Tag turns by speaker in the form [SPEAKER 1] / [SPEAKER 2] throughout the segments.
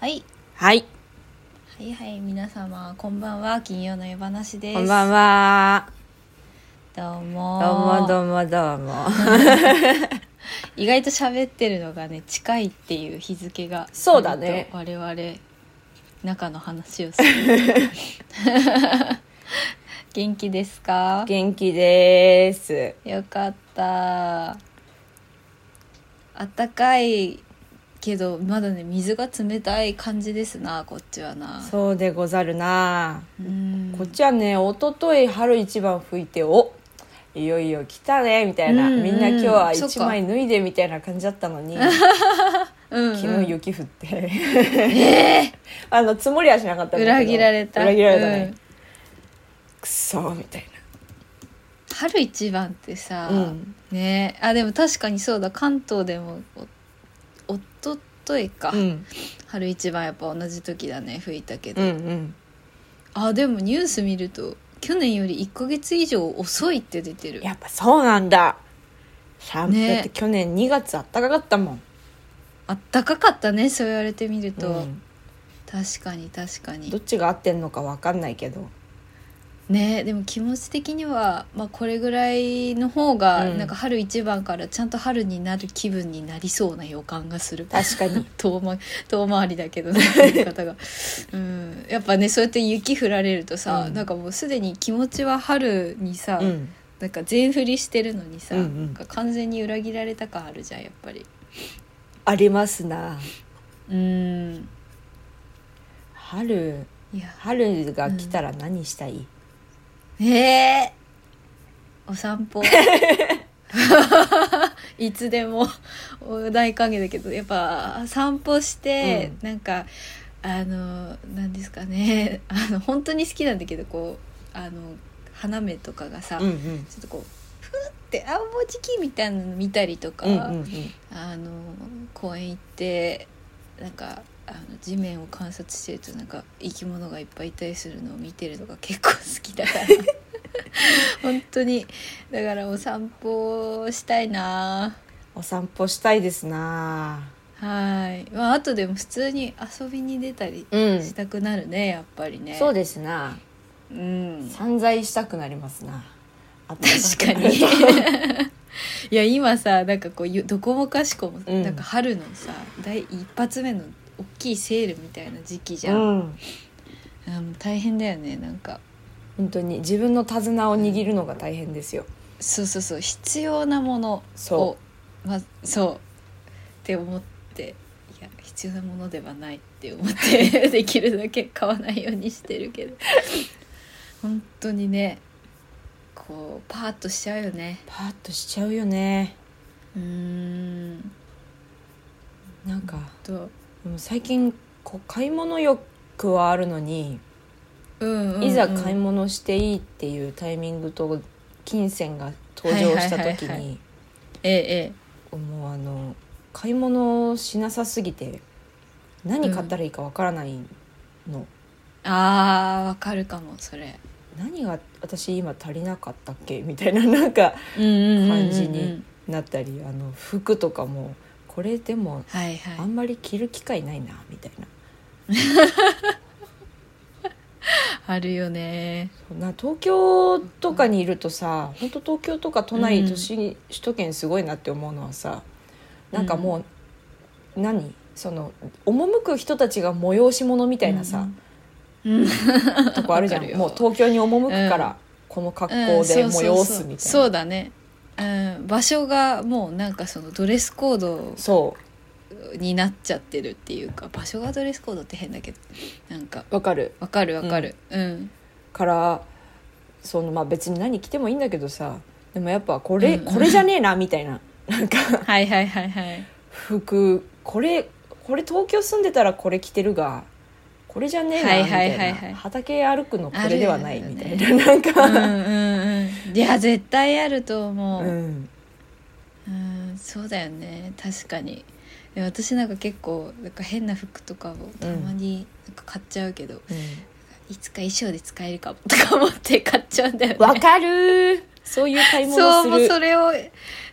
[SPEAKER 1] はい、
[SPEAKER 2] はい、
[SPEAKER 1] はいはい皆様こんばんは金曜の夜話です
[SPEAKER 2] こんばんは。
[SPEAKER 1] どうも
[SPEAKER 2] どうもどうもどうも。
[SPEAKER 1] 意外と喋ってるのがね近いっていう日付が
[SPEAKER 2] そうだね
[SPEAKER 1] 割と我々中の話をする元気ですか
[SPEAKER 2] 元気です。
[SPEAKER 1] よかったあったかいけどまだね水が冷たい感じですなこっちはな
[SPEAKER 2] そうでござるな。
[SPEAKER 1] うん
[SPEAKER 2] こっちはね、一昨日春一番吹いて、おいよいよ来たね、みたいな。
[SPEAKER 1] うんうん
[SPEAKER 2] みんな今日は
[SPEAKER 1] そっ
[SPEAKER 2] 一
[SPEAKER 1] か
[SPEAKER 2] 枚脱いでみたいな感じだったのに、
[SPEAKER 1] うん
[SPEAKER 2] 昨日雪降って。 あの、積もりはしなかったんだけど
[SPEAKER 1] 裏切られた
[SPEAKER 2] 裏切られたね。
[SPEAKER 1] うん
[SPEAKER 2] くそみたい
[SPEAKER 1] 春一番ってさ、
[SPEAKER 2] な。うん。
[SPEAKER 1] ねあでも確かにそうだ関東でもおおとといか、
[SPEAKER 2] うん。
[SPEAKER 1] 春一番やっぱ同じ時だね吹いたけ
[SPEAKER 2] う
[SPEAKER 1] ど、
[SPEAKER 2] んうん。
[SPEAKER 1] あでもニュース見ると去年より1ヶ月以上遅いって出てる
[SPEAKER 2] やっぱそうなんだ。さ
[SPEAKER 1] ね
[SPEAKER 2] だって去年2月あったかかったもん。
[SPEAKER 1] あったかかったねそう言われてみると、
[SPEAKER 2] うん
[SPEAKER 1] 確かに確か
[SPEAKER 2] どっ
[SPEAKER 1] に
[SPEAKER 2] ちが合ってんのかわかんないけど
[SPEAKER 1] ねでも気持ち的には、まあ、これぐらいの方が、
[SPEAKER 2] うん
[SPEAKER 1] なんか春一番からちゃんと春になる気分になりそうな予感がする
[SPEAKER 2] 確かに
[SPEAKER 1] 遠ま遠回りだけ どね言い方が、うん、やっぱねそうやって雪降られるとさ、
[SPEAKER 2] うん
[SPEAKER 1] なんかもうすでに気持ちは春にさ、
[SPEAKER 2] うん
[SPEAKER 1] なんか全振りしてるのにさ、
[SPEAKER 2] うんうん
[SPEAKER 1] なんか完全に裏切られた感あるじゃんやっぱり
[SPEAKER 2] ありますな
[SPEAKER 1] うん
[SPEAKER 2] 春
[SPEAKER 1] いや
[SPEAKER 2] 春が来たら何したい、
[SPEAKER 1] えー、お散 歩 いつでもお大歓迎だけどやっぱ散歩して、なんかあのなんですかね あの本当に好きなんだけどこうあの花芽とかがさ、
[SPEAKER 2] うん
[SPEAKER 1] ちょ
[SPEAKER 2] うん
[SPEAKER 1] っとこうふってあもうじきみたいなの見たりとか、
[SPEAKER 2] うんうんうん
[SPEAKER 1] あの公園行ってなんかあの地面を観察してるとなんか生き物がいっぱいいたりするのを見てるのが結構好きだから 本当にだからお散歩したいな
[SPEAKER 2] お散歩したいですな
[SPEAKER 1] はいまああとでも普通に遊びに出たり
[SPEAKER 2] うん
[SPEAKER 1] したくなるね、やっぱりね
[SPEAKER 2] そうですな
[SPEAKER 1] うん
[SPEAKER 2] 散財したくなりますな
[SPEAKER 1] 確かに いや今さなんかこうゆどこもかしこも、
[SPEAKER 2] うん
[SPEAKER 1] なんか春のさ第一発目の大きいセールみたいな時期じ
[SPEAKER 2] う
[SPEAKER 1] ゃん、
[SPEAKER 2] ん
[SPEAKER 1] あもう大変だよねなんか
[SPEAKER 2] 本当に自分の手綱を握るのが大変ですよ
[SPEAKER 1] そうそうそう必要なものを
[SPEAKER 2] そ
[SPEAKER 1] まあ、そうって思っていや必要なものではないって思って できるだけ買わないようにしてるけど本当にねこうパーッとしちゃうよね
[SPEAKER 2] パーッとしちゃうよね
[SPEAKER 1] うーん
[SPEAKER 2] なんか
[SPEAKER 1] と
[SPEAKER 2] でも最近こう買い物欲はあるのに
[SPEAKER 1] うんうんうん
[SPEAKER 2] いざ買い物していいっていうタイミングと金銭が登場した時
[SPEAKER 1] はいはいはいは
[SPEAKER 2] に
[SPEAKER 1] えええ
[SPEAKER 2] もうあの買い物をしなさすぎて何買ったらいいかわからない
[SPEAKER 1] え
[SPEAKER 2] の、
[SPEAKER 1] あーわかるかもそれ
[SPEAKER 2] 何が私今足りなかったっけみたいななんか
[SPEAKER 1] 感
[SPEAKER 2] 感じになったりあの服とかもこれでも
[SPEAKER 1] はいはい
[SPEAKER 2] あんまり着る機会ないなみたいな
[SPEAKER 1] あるよね
[SPEAKER 2] そうな東京とかにいるとさ本当東京とか都内、
[SPEAKER 1] うん
[SPEAKER 2] 都心首都圏すごいなって思うのはさなんかもう、何その赴く人たちが催し物みたいなさ、
[SPEAKER 1] うんうん
[SPEAKER 2] とこあるじゃ
[SPEAKER 1] わ
[SPEAKER 2] ん
[SPEAKER 1] かるよ
[SPEAKER 2] もう東京に赴くから、この格好で
[SPEAKER 1] うんそうそう
[SPEAKER 2] 催
[SPEAKER 1] そう
[SPEAKER 2] すみたい
[SPEAKER 1] そ
[SPEAKER 2] な、
[SPEAKER 1] うだね、うん、場所がもうなんかそのドレスコード
[SPEAKER 2] そ
[SPEAKER 1] になっちゃってるっていうか場所がドレスコードって変だけどなんか
[SPEAKER 2] うわかる
[SPEAKER 1] わかるわかるうん、
[SPEAKER 2] からそのまあ別に何着てもいいんだけどさでもやっぱこれ、
[SPEAKER 1] うん
[SPEAKER 2] これじゃねえなみたいななんか
[SPEAKER 1] はいはいはいはい
[SPEAKER 2] 服これこれ東京住んでたらこれ着てるがこれじゃねえな
[SPEAKER 1] はい
[SPEAKER 2] み
[SPEAKER 1] は
[SPEAKER 2] た
[SPEAKER 1] い
[SPEAKER 2] いな、
[SPEAKER 1] はいはい
[SPEAKER 2] 畑歩くのこれではない
[SPEAKER 1] あるよ
[SPEAKER 2] み
[SPEAKER 1] ね
[SPEAKER 2] たいな、なん
[SPEAKER 1] う
[SPEAKER 2] か、
[SPEAKER 1] んうん うんいや絶対あると思
[SPEAKER 2] う
[SPEAKER 1] う、
[SPEAKER 2] ん、
[SPEAKER 1] うんそうだよね確かにで私なんか結構なんか変な服とかをたまになんか買っちゃうけど、いつか衣装で使えるかもとか思って買っちゃうんだよね
[SPEAKER 2] わ、かるーそういう買い
[SPEAKER 1] そうも
[SPEAKER 2] 物
[SPEAKER 1] う
[SPEAKER 2] す
[SPEAKER 1] そ
[SPEAKER 2] る
[SPEAKER 1] れを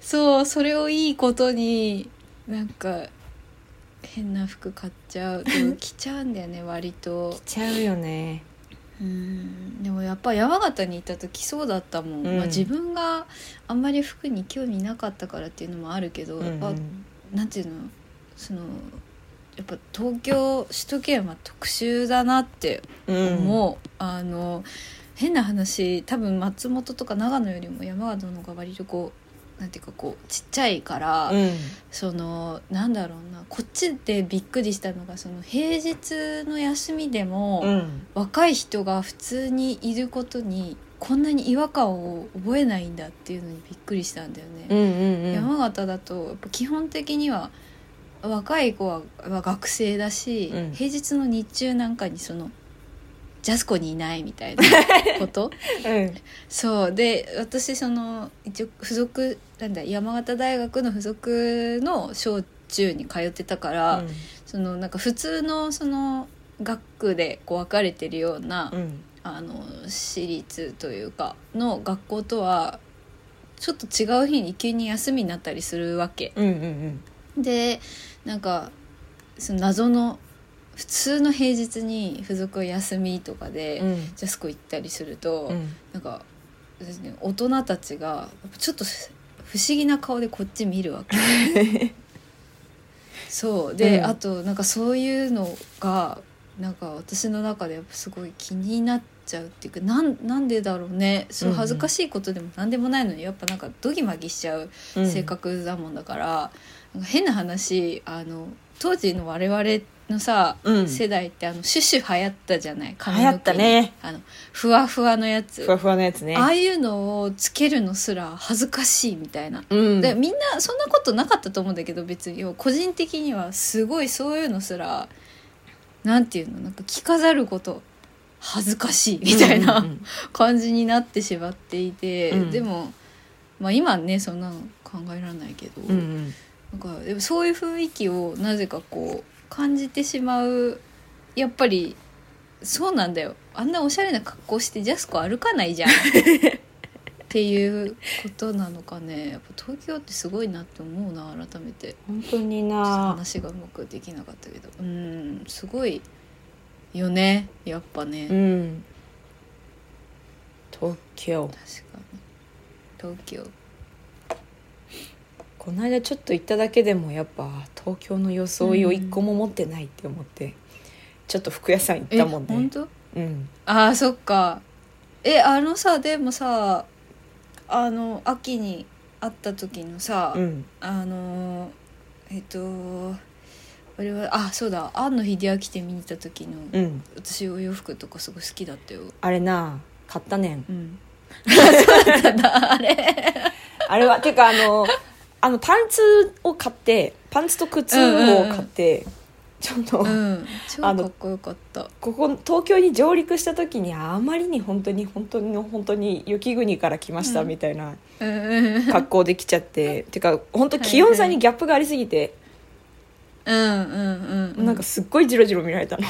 [SPEAKER 1] そうそれをいいことになんか変な服買っちゃうでも着ちゃうんだよ ね割と
[SPEAKER 2] ちゃうよね
[SPEAKER 1] うんでもやっぱ山形に行った時そうだったもん、
[SPEAKER 2] うん
[SPEAKER 1] まあ、自分があんまり服に興味なかったからっていうのもあるけど、
[SPEAKER 2] うんう
[SPEAKER 1] やっぱ
[SPEAKER 2] ん
[SPEAKER 1] なんていうのそのやっぱ東京首都圏は特殊だなって
[SPEAKER 2] うん
[SPEAKER 1] 思う、あの変な話多分松本とか長野よりも山形の方が割とこうなんていうかこうちっちゃいから、
[SPEAKER 2] うん
[SPEAKER 1] そのなんだろうなこっちでびっくりしたのがその平日の休みでも、
[SPEAKER 2] うん
[SPEAKER 1] 若い人が普通にいることにこんなに違和感を覚えないんだっていうのにびっくりしたんだよね。
[SPEAKER 2] うんうん
[SPEAKER 1] 山形だとやっぱ基本的には若い子はは学生だし、
[SPEAKER 2] うん
[SPEAKER 1] 平日の日中なんかにそのジャスコにいないみた いなこと
[SPEAKER 2] うん
[SPEAKER 1] そうで私その一応付属なんだ山形大学の付属の小中に通ってたから、そのなんか普通のその学区でこう分かれてるような、
[SPEAKER 2] うん
[SPEAKER 1] あの私立というかの学校とはちょっと違う日に急に休みになったりするわけ
[SPEAKER 2] うんうん
[SPEAKER 1] でなんかその謎の普通の平日に付属は休みとかで、
[SPEAKER 2] うん
[SPEAKER 1] ジャスコ行ったりすると、
[SPEAKER 2] うん
[SPEAKER 1] なんかですね大人たちがちょっと不思議な顔でこっち見るわけ そうで、
[SPEAKER 2] うん
[SPEAKER 1] あとなんかそういうのがなんか私の中でやっぱすごい気になっちゃうっていうかなんなんでだろうねそう
[SPEAKER 2] うんうん
[SPEAKER 1] 恥ずかしいことでも何でもないのにやっぱなんかドギマギしちゃう
[SPEAKER 2] うん
[SPEAKER 1] 性格だもんだから、なんか変な話あの当時の我々のさ、
[SPEAKER 2] うん
[SPEAKER 1] 世代ってあのシュシュ流行ったじゃない髪の毛
[SPEAKER 2] 流行ったね
[SPEAKER 1] あのふわふわのやつ
[SPEAKER 2] ふわふわのやつね
[SPEAKER 1] ああいうのをつけるのすら恥ずかしいみたいな。
[SPEAKER 2] うん
[SPEAKER 1] でみんなそんなことなかったと思うんだけど別に個人的にはすごいそういうのすらなんていうのなんか着飾ること恥ずかしいみたい
[SPEAKER 2] うん
[SPEAKER 1] な
[SPEAKER 2] うんうん
[SPEAKER 1] 感じになってしまっていて、
[SPEAKER 2] うん
[SPEAKER 1] でも、まあ、今ねそんなの考えられないけど、
[SPEAKER 2] うんうん
[SPEAKER 1] なんかでもそういう雰囲気をなぜかこう感じてしまうやっぱりそうなんだよあんなおしゃれな格好してジャスコ歩かないじゃん っていうことなのかねやっぱ東京ってすごいなって思うな改めて
[SPEAKER 2] 本当に
[SPEAKER 1] ちょっと
[SPEAKER 2] な
[SPEAKER 1] 話がうまくできなかったけどうんすごいよねやっぱね、
[SPEAKER 2] うん東京
[SPEAKER 1] 確かに東京
[SPEAKER 2] この間ちょっと行っただけでもやっぱ東京の装いを一個も持ってないって思って、ちょっと服屋さん行ったもん
[SPEAKER 1] 本
[SPEAKER 2] ね
[SPEAKER 1] 当
[SPEAKER 2] うん
[SPEAKER 1] あーそっかえあのさでもさあの秋に会った時のさ、
[SPEAKER 2] うん
[SPEAKER 1] あのーえっと俺はあそうだ庵野秀明展見に行った時の、
[SPEAKER 2] うん
[SPEAKER 1] 私お洋服とかすごい好きだったよ
[SPEAKER 2] あれな買ったねん
[SPEAKER 1] うん そうだったんだあ れ
[SPEAKER 2] あれはてかあの あのパンツを買ってパンツと靴を買って、ちょっ
[SPEAKER 1] う
[SPEAKER 2] と、
[SPEAKER 1] ん超か
[SPEAKER 2] あの
[SPEAKER 1] っこよかった
[SPEAKER 2] ここ東京に上陸した時にあまりに本当に本当に本当に雪国から来ましたみたいな
[SPEAKER 1] うんうん
[SPEAKER 2] 格好できちゃって、てか本当
[SPEAKER 1] はいはい
[SPEAKER 2] 気温差にギャップがありすぎて、
[SPEAKER 1] うんうんうん
[SPEAKER 2] なんかすっごいジロジロ見られ たの。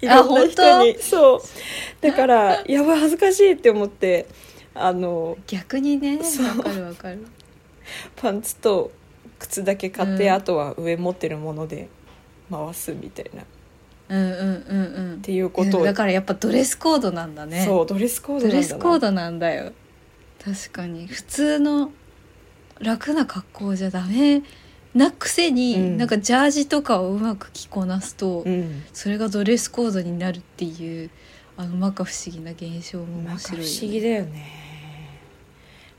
[SPEAKER 2] い
[SPEAKER 1] あ
[SPEAKER 2] ろんな人にそう だからやばい恥ずかしいって思ってあの
[SPEAKER 1] 逆にね
[SPEAKER 2] そう
[SPEAKER 1] わかるわかる
[SPEAKER 2] パンツと靴だけ買って、
[SPEAKER 1] うん
[SPEAKER 2] あとは上持ってるもので回すみたいなっ
[SPEAKER 1] うんうんうんうん
[SPEAKER 2] ていうこと
[SPEAKER 1] う
[SPEAKER 2] を、
[SPEAKER 1] んだからやっぱドレスコードなんだね
[SPEAKER 2] そうドレスコード
[SPEAKER 1] ド
[SPEAKER 2] なんだ
[SPEAKER 1] レ
[SPEAKER 2] な
[SPEAKER 1] スコードなんだよ確かに普通の楽な格好じゃダメなくせに、
[SPEAKER 2] うん
[SPEAKER 1] なんかジャージとかをうまく着こなすと、
[SPEAKER 2] うん
[SPEAKER 1] それがドレスコードになるっていうあの摩訶不思議な現象も
[SPEAKER 2] なん
[SPEAKER 1] 面
[SPEAKER 2] か不
[SPEAKER 1] 白いよね、
[SPEAKER 2] 思議だよね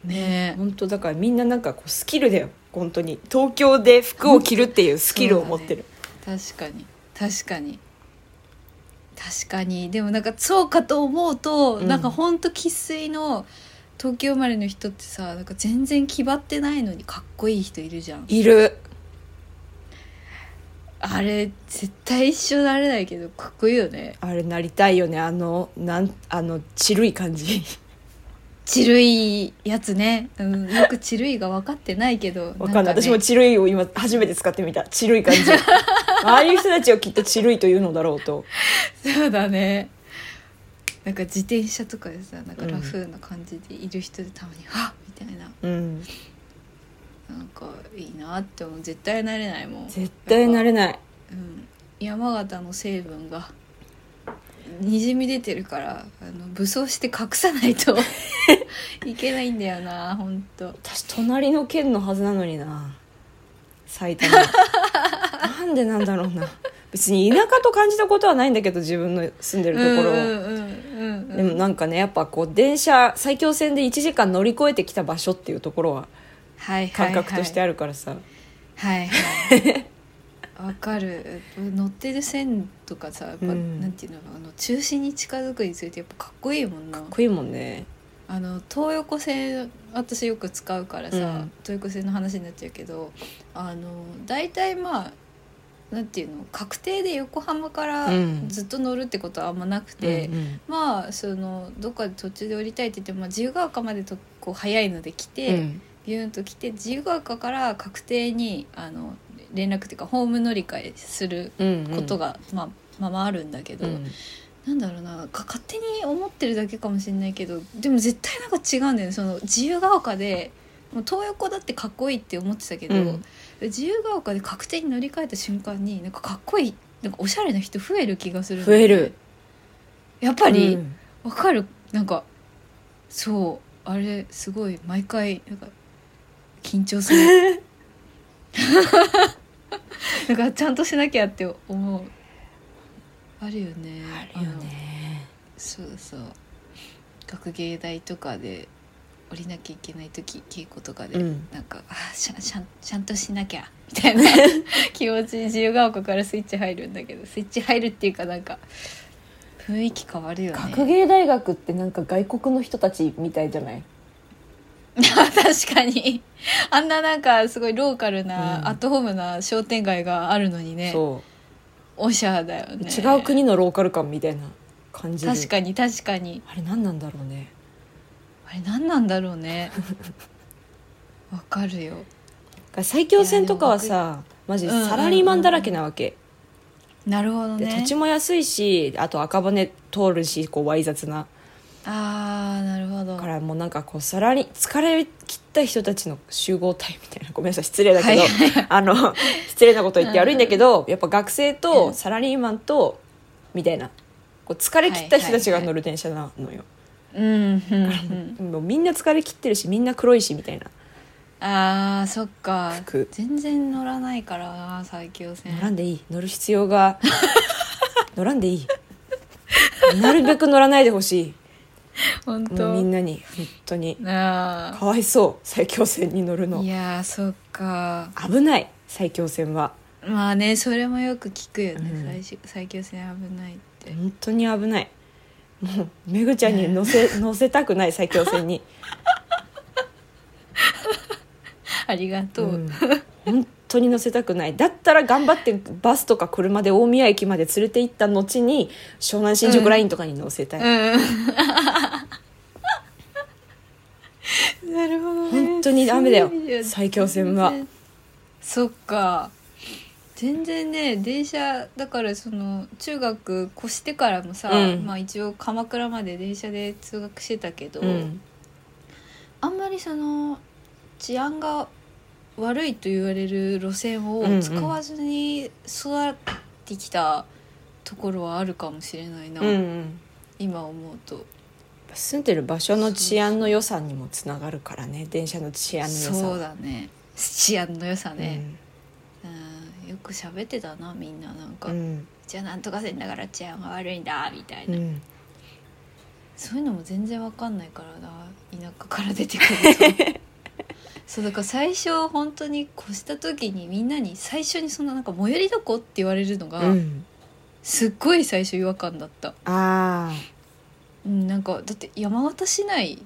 [SPEAKER 1] ね
[SPEAKER 2] 本当だからみんななんかこうスキルだよ本当に東京で服を着るっていうスキルを持ってる、
[SPEAKER 1] 確かに確かに確かにでもなんかそうかと思うと、
[SPEAKER 2] うん
[SPEAKER 1] なんかほんと生粋の東京生まれの人ってさなんか全然気張ってないのにかっこいい人いるじゃん
[SPEAKER 2] いる
[SPEAKER 1] あれ絶対一緒になれないけどかっこいいよね
[SPEAKER 2] あれなりたいよねあのなんあのちるい感じ
[SPEAKER 1] ちるいやつね、うん、よくちるいが分かってないけど
[SPEAKER 2] わかんない
[SPEAKER 1] んかね
[SPEAKER 2] 私もちるいを今初めて使ってみたちるい 感じああいう人たちをきっとちるいというのだろうと
[SPEAKER 1] そうだねなんか自転車とかでさなんかラフな感じでいる人でたまに「はっ!」みたいな
[SPEAKER 2] うん
[SPEAKER 1] あなんかいいなって思う絶対慣れないもん
[SPEAKER 2] 絶対慣れ
[SPEAKER 1] い、
[SPEAKER 2] ない
[SPEAKER 1] うん、山形の成分がにじみ出てるからあの武装して隠さない といけないんだよな本当
[SPEAKER 2] 私隣の県のはずなのにな埼 玉なんでなんだろうな別に田舎と感じたことはないんだけど自分の住んでるところを、でもなんかねやっぱこう電車埼京線で1時間乗り越えてきた場所っていうところは感覚としてあるからさ、
[SPEAKER 1] はいはい わかる乗ってる線とかさやっぱ、
[SPEAKER 2] うん
[SPEAKER 1] なんていうのあの中心に近づくにつれてやっぱかっこいいもんな
[SPEAKER 2] かっこいいもんね
[SPEAKER 1] あの東横線私よく使うからさ、
[SPEAKER 2] うん
[SPEAKER 1] 東横線の話になっちゃうけどあの大体まあなんていうの確定で横浜から
[SPEAKER 2] うん
[SPEAKER 1] ずっと乗るってことはあんまなくて、
[SPEAKER 2] で、うん
[SPEAKER 1] まあそのどっかで途中で降りたいって言ってもまあ自由が丘までとこう早いので来
[SPEAKER 2] う
[SPEAKER 1] て、
[SPEAKER 2] ん
[SPEAKER 1] ビューンと来て自由が丘から確定にあの連絡っていうかホーム乗り換えする
[SPEAKER 2] うんうん、
[SPEAKER 1] ことが、まあまあまああるんだけど、
[SPEAKER 2] うん
[SPEAKER 1] なんだろうなか勝手に思ってるだけかもしれないけどでも絶対なんか違うんだよねその自由が丘でもう東横だってかっこいいって思ってたけど、
[SPEAKER 2] うん
[SPEAKER 1] 自由が丘で確定に乗り換えた瞬間になんかかっこいいなんかおしゃれな人増える気がするんだ
[SPEAKER 2] 増
[SPEAKER 1] よね
[SPEAKER 2] えるやっ
[SPEAKER 1] やっぱり、わかるなんかそうあれすごい毎回なんか緊張す るなんかちゃんとしなきゃって思うあるよね
[SPEAKER 2] あるよね
[SPEAKER 1] あのそうそう学芸大とかで降りなきゃいけない時稽古とかで、
[SPEAKER 2] うん
[SPEAKER 1] なんかあーしゃしゃんちゃんとしなきゃみたい な気持ち自由が丘からスイッチ入るんだけどスイッチ入るっていうかなんか雰囲気変わるよね
[SPEAKER 2] 学芸大学ってなんか外国の人たちみたいじゃない
[SPEAKER 1] 確かにあんななんかすごいローカルな、
[SPEAKER 2] うん
[SPEAKER 1] アットホームな商店街があるのにね
[SPEAKER 2] そ
[SPEAKER 1] おしゃだよ
[SPEAKER 2] う、
[SPEAKER 1] ね
[SPEAKER 2] 違う国のローカル感みたいな感じで
[SPEAKER 1] 確かに確かに
[SPEAKER 2] あれ何なんだろうね
[SPEAKER 1] あれ何なんだろう ねわかるよ
[SPEAKER 2] 埼京線とかはさマジ
[SPEAKER 1] うんうんうん
[SPEAKER 2] サラリーマンだらけなわけ、
[SPEAKER 1] なるほど
[SPEAKER 2] で
[SPEAKER 1] ね
[SPEAKER 2] 土地も安いしあと赤羽通るしこうわい雑な
[SPEAKER 1] あーなるほど
[SPEAKER 2] だからもうなんかこうサラリ疲れ切った人たちの集合体みたいなごめんなさい失礼だけど、
[SPEAKER 1] はい
[SPEAKER 2] あの失礼なこと言って悪いんだけど、やっぱ学生
[SPEAKER 1] う
[SPEAKER 2] と
[SPEAKER 1] ん
[SPEAKER 2] サラリーマンとみたいなこう疲れ切った人たちが乗る電車なのよ、
[SPEAKER 1] うんうんうん
[SPEAKER 2] もうみんな疲れ切ってるしみんな黒いしみたいな
[SPEAKER 1] あーそっか
[SPEAKER 2] 服
[SPEAKER 1] 全然乗らないからな最強線
[SPEAKER 2] 乗らんでいい乗る必要が 乗らんでいいなるべく乗らないでほし
[SPEAKER 1] 本
[SPEAKER 2] いもうみん
[SPEAKER 1] 当
[SPEAKER 2] なに本当に
[SPEAKER 1] な
[SPEAKER 2] かわいそう埼京線に乗る
[SPEAKER 1] あ
[SPEAKER 2] の
[SPEAKER 1] いやーそっか
[SPEAKER 2] 危ない埼京線は
[SPEAKER 1] まあねそれもよく聞くよね、
[SPEAKER 2] うん
[SPEAKER 1] 最終最強戦危ないって、
[SPEAKER 2] 本当に危ないもうめぐちゃんに乗せ乗せたくない埼京線に
[SPEAKER 1] ありが とう、
[SPEAKER 2] うん本当に乗せたくないだったら頑張ってバスとか車で大宮駅まで連れて行った後に湘南新宿ラインとかに乗せたい、
[SPEAKER 1] うん。なるほどね。
[SPEAKER 2] 本当にダメだよ
[SPEAKER 1] そういう意味で
[SPEAKER 2] 埼京線は
[SPEAKER 1] 全然そっか。全然ね電車だからその中学越してからもさ、
[SPEAKER 2] うん
[SPEAKER 1] まあ一応鎌倉まで電車で通学してたけど、
[SPEAKER 2] うん
[SPEAKER 1] あんまりその治安が悪いと言われる路線を
[SPEAKER 2] うんうん
[SPEAKER 1] 使わずに育ってきたところはあるかもしれないな、
[SPEAKER 2] うんうん
[SPEAKER 1] 今思うと。
[SPEAKER 2] 住んでる場所の治安の良さにもつながるからね電車の治安の良さ
[SPEAKER 1] そうだね治安の良さね、
[SPEAKER 2] ね、
[SPEAKER 1] うん、よく喋ってたなみんななんか、
[SPEAKER 2] うんうん
[SPEAKER 1] じゃあなんとかせんだから治安が悪いんだみたいうな、
[SPEAKER 2] ん
[SPEAKER 1] そういうのも全然わかんないからな田舎から出てくると そうだから最初本当に越した時にみんなに最初にそんななんか最寄りどこって言われるのが、
[SPEAKER 2] うん
[SPEAKER 1] すっごい最初違和感だった、
[SPEAKER 2] ああ
[SPEAKER 1] うん、なんかだって山形市内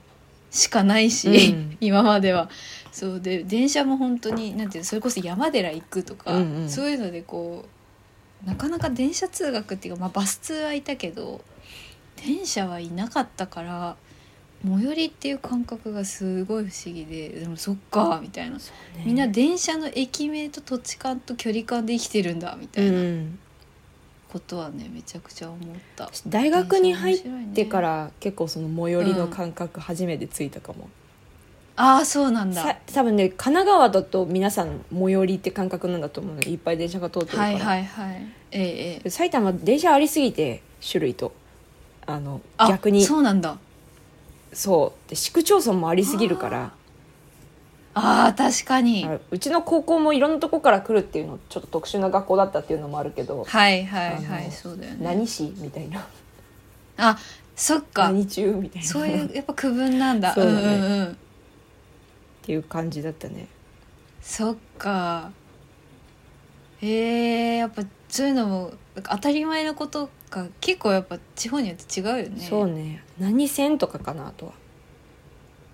[SPEAKER 1] しかないし、
[SPEAKER 2] う ん
[SPEAKER 1] 今まではそうで電車も本当になんていうのそれこそ山寺行くとか、
[SPEAKER 2] うんうん
[SPEAKER 1] そういうのでこうなかなか電車通学っていうか、まあ、バス通はいたけど電車はいなかったから最寄りっていう感覚がすごい不思議ででもそっかみたいな、みんな電車の駅名と土地勘と距離感で生きてるんだみた
[SPEAKER 2] う
[SPEAKER 1] いなんことはねめちゃくちゃ思った。
[SPEAKER 2] 大学に入っ
[SPEAKER 1] って
[SPEAKER 2] から結構その最寄りの感覚初めてついたかも、
[SPEAKER 1] ああそうなんだ
[SPEAKER 2] さ多分ね神奈川だと皆さん最寄りって感覚なんだと思うのいっぱい電車が通ってるから、
[SPEAKER 1] はいはいはいええええ
[SPEAKER 2] 埼玉電車ありすぎて種類とあの
[SPEAKER 1] あ
[SPEAKER 2] 逆に
[SPEAKER 1] そうなんだ
[SPEAKER 2] そうで市区町村もありすぎるから
[SPEAKER 1] ああ確かに
[SPEAKER 2] あうちの高校もいろんなとこから来るっていうのちょっと特殊な学校だったっていうのもあるけど、
[SPEAKER 1] はいはいは
[SPEAKER 2] あの
[SPEAKER 1] いそうだよね
[SPEAKER 2] 何市みたいな
[SPEAKER 1] あそっか
[SPEAKER 2] 何中みたいな
[SPEAKER 1] そういうやっぱ区分なんだ
[SPEAKER 2] そうだね
[SPEAKER 1] んうんうん
[SPEAKER 2] っていう感じだったね
[SPEAKER 1] そっかへえやっぱそういうのもなんか当たり前のことが結構やっぱ地方によって違うよね
[SPEAKER 2] そうね何線とかかなあとは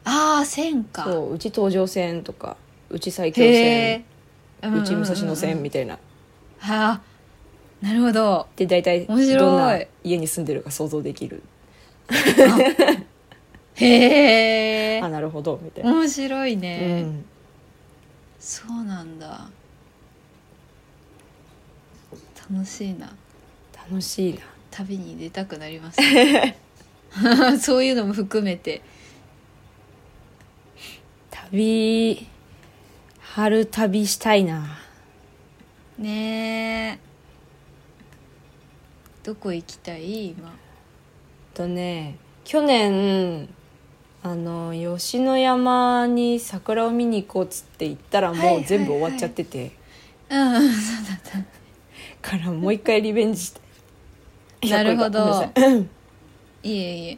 [SPEAKER 1] ああ線か
[SPEAKER 2] そううち東上線とかうち埼京線
[SPEAKER 1] へえ
[SPEAKER 2] うち武蔵野線
[SPEAKER 1] は
[SPEAKER 2] みたいな
[SPEAKER 1] あーなるほど
[SPEAKER 2] で大体ど
[SPEAKER 1] 面白い
[SPEAKER 2] んな家に住んでるか想像できる
[SPEAKER 1] へえ
[SPEAKER 2] あなるほどみたいな、
[SPEAKER 1] 面白いうね、
[SPEAKER 2] ん、
[SPEAKER 1] そうなんだ楽しいな
[SPEAKER 2] 楽しいな
[SPEAKER 1] 旅に出たくなります ね そういうのも含めて
[SPEAKER 2] 旅春旅したいな
[SPEAKER 1] ねえどこ行きたい今
[SPEAKER 2] えっとね去年あの吉野山に桜を見に行こうっつって行ったら
[SPEAKER 1] はいはい
[SPEAKER 2] も
[SPEAKER 1] は
[SPEAKER 2] う
[SPEAKER 1] い
[SPEAKER 2] 全部終わっちゃってて、
[SPEAKER 1] うん
[SPEAKER 2] からもう一回リベンジして
[SPEAKER 1] なるほ
[SPEAKER 2] いや
[SPEAKER 1] ど
[SPEAKER 2] これがごめんなさい
[SPEAKER 1] いえいえ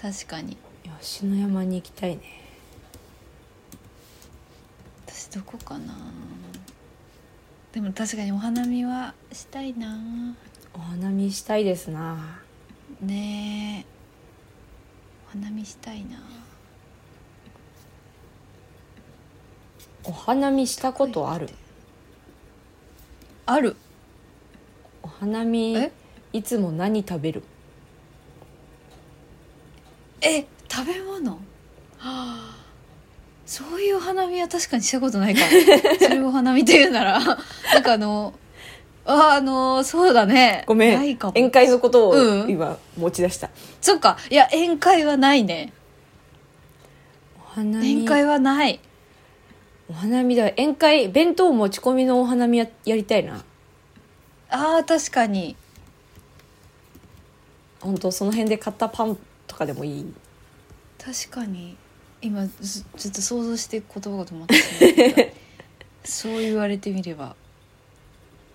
[SPEAKER 1] 確かに
[SPEAKER 2] 吉野山に行きたいね
[SPEAKER 1] 私どこかなでも確かにお花見はしたいな
[SPEAKER 2] お花見したいですな
[SPEAKER 1] ねえお花見したいな
[SPEAKER 2] お花見したことある
[SPEAKER 1] ある
[SPEAKER 2] お花見
[SPEAKER 1] え
[SPEAKER 2] いつも何食べる
[SPEAKER 1] え食べ物はあそういうお花見は確かにしたこと ないかもそれをお花見というならなんかあのああのそうだね
[SPEAKER 2] ごめ
[SPEAKER 1] ない
[SPEAKER 2] ん
[SPEAKER 1] かも
[SPEAKER 2] 宴会のこと
[SPEAKER 1] う
[SPEAKER 2] を
[SPEAKER 1] ん
[SPEAKER 2] 今持ち出した、
[SPEAKER 1] そっかいや宴会はないね
[SPEAKER 2] お花見
[SPEAKER 1] 宴会はない
[SPEAKER 2] お花見だ宴会弁当持ち込みのお花見ややりたいな
[SPEAKER 1] あー確かに
[SPEAKER 2] 本当その辺で買ったパンとかでもいい
[SPEAKER 1] 確かに今ずずっと想像して言葉が止まってしまったそう言われてみれば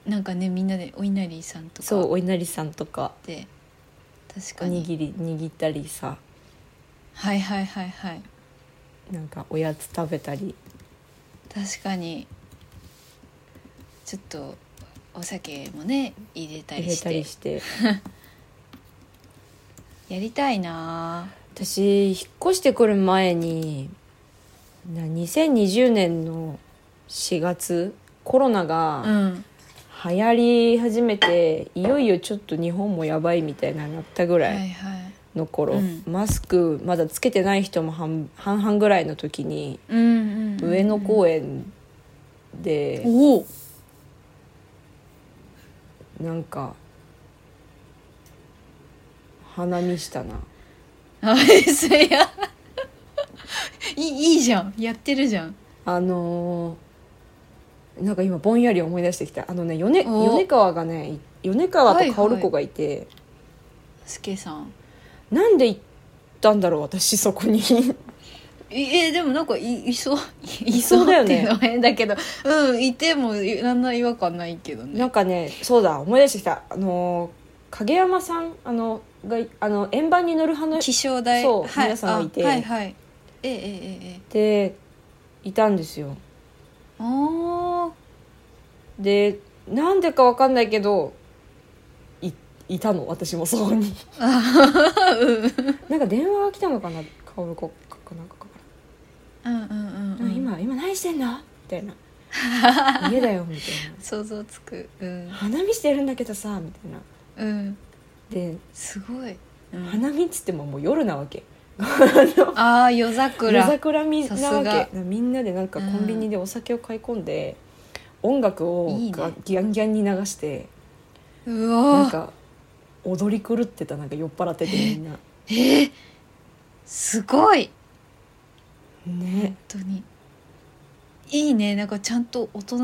[SPEAKER 1] なんかねみんなでお稲荷さんと
[SPEAKER 2] そう
[SPEAKER 1] か
[SPEAKER 2] お稲荷さんとか
[SPEAKER 1] で確
[SPEAKER 2] お
[SPEAKER 1] か
[SPEAKER 2] に
[SPEAKER 1] に
[SPEAKER 2] ぎり握ったりさ
[SPEAKER 1] はいはいはいはい
[SPEAKER 2] なんかおやつ食べたり
[SPEAKER 1] 確かにちょっとお酒もね入れた
[SPEAKER 2] 入
[SPEAKER 1] り
[SPEAKER 2] れ
[SPEAKER 1] したて
[SPEAKER 2] りして
[SPEAKER 1] やりたいな
[SPEAKER 2] 私引っ越してくる前にな2020年の4月コロナ
[SPEAKER 1] あ
[SPEAKER 2] が
[SPEAKER 1] うん
[SPEAKER 2] 流行り始めて、いよいよちょっと日本もやばいみたいななったぐ
[SPEAKER 1] は
[SPEAKER 2] らい
[SPEAKER 1] いはい
[SPEAKER 2] の頃、
[SPEAKER 1] うん
[SPEAKER 2] マスクまだつけてない人も半半々ぐらいの時に
[SPEAKER 1] うんうんうん
[SPEAKER 2] 上野公園で
[SPEAKER 1] おお
[SPEAKER 2] なんか花見したな
[SPEAKER 1] あそれやいいいいじゃんやってるじゃん
[SPEAKER 2] あのーなんか今ぼんやり思い出してきたあのね米
[SPEAKER 1] お
[SPEAKER 2] 米川がねい米川と薫子がいて、
[SPEAKER 1] すけさん
[SPEAKER 2] なんで行ったんだろう私 そこに
[SPEAKER 1] ええでもなんかいいそうい
[SPEAKER 2] いそうだよ
[SPEAKER 1] い
[SPEAKER 2] ね
[SPEAKER 1] そうっていうのは変だけどうんいても何の違和感ないけどね
[SPEAKER 2] なんかねそうだ思い出してきたあのー影山さんあのがあの円盤に乗る花
[SPEAKER 1] 気象台
[SPEAKER 2] そう皆さんがいて
[SPEAKER 1] あはいはいええええええ
[SPEAKER 2] でいたんですよ
[SPEAKER 1] あ
[SPEAKER 2] でなんでかわかんないけどいいたの私もそこに
[SPEAKER 1] あうん
[SPEAKER 2] なんか電話が来たのかな薫子かなんかから。
[SPEAKER 1] うんうんうんうん
[SPEAKER 2] 今今何してんのみた いな家だよみたい
[SPEAKER 1] 想像つくうん
[SPEAKER 2] な花見してるんだけどさみたいな
[SPEAKER 1] うん
[SPEAKER 2] です
[SPEAKER 1] ごい、うん、
[SPEAKER 2] 花見っつってももう夜なわけ
[SPEAKER 1] ああ夜桜
[SPEAKER 2] 夜桜見なわ
[SPEAKER 1] さ
[SPEAKER 2] けみんなでなんかコンビニでお酒を買い込んで、音楽を
[SPEAKER 1] いいね
[SPEAKER 2] がギャンギャンに流して
[SPEAKER 1] う
[SPEAKER 2] なん
[SPEAKER 1] わ
[SPEAKER 2] か踊り狂ってたなんか酔っ払っててみんな
[SPEAKER 1] えー、すごい
[SPEAKER 2] ね
[SPEAKER 1] 本当にいいねなんかちゃんと大人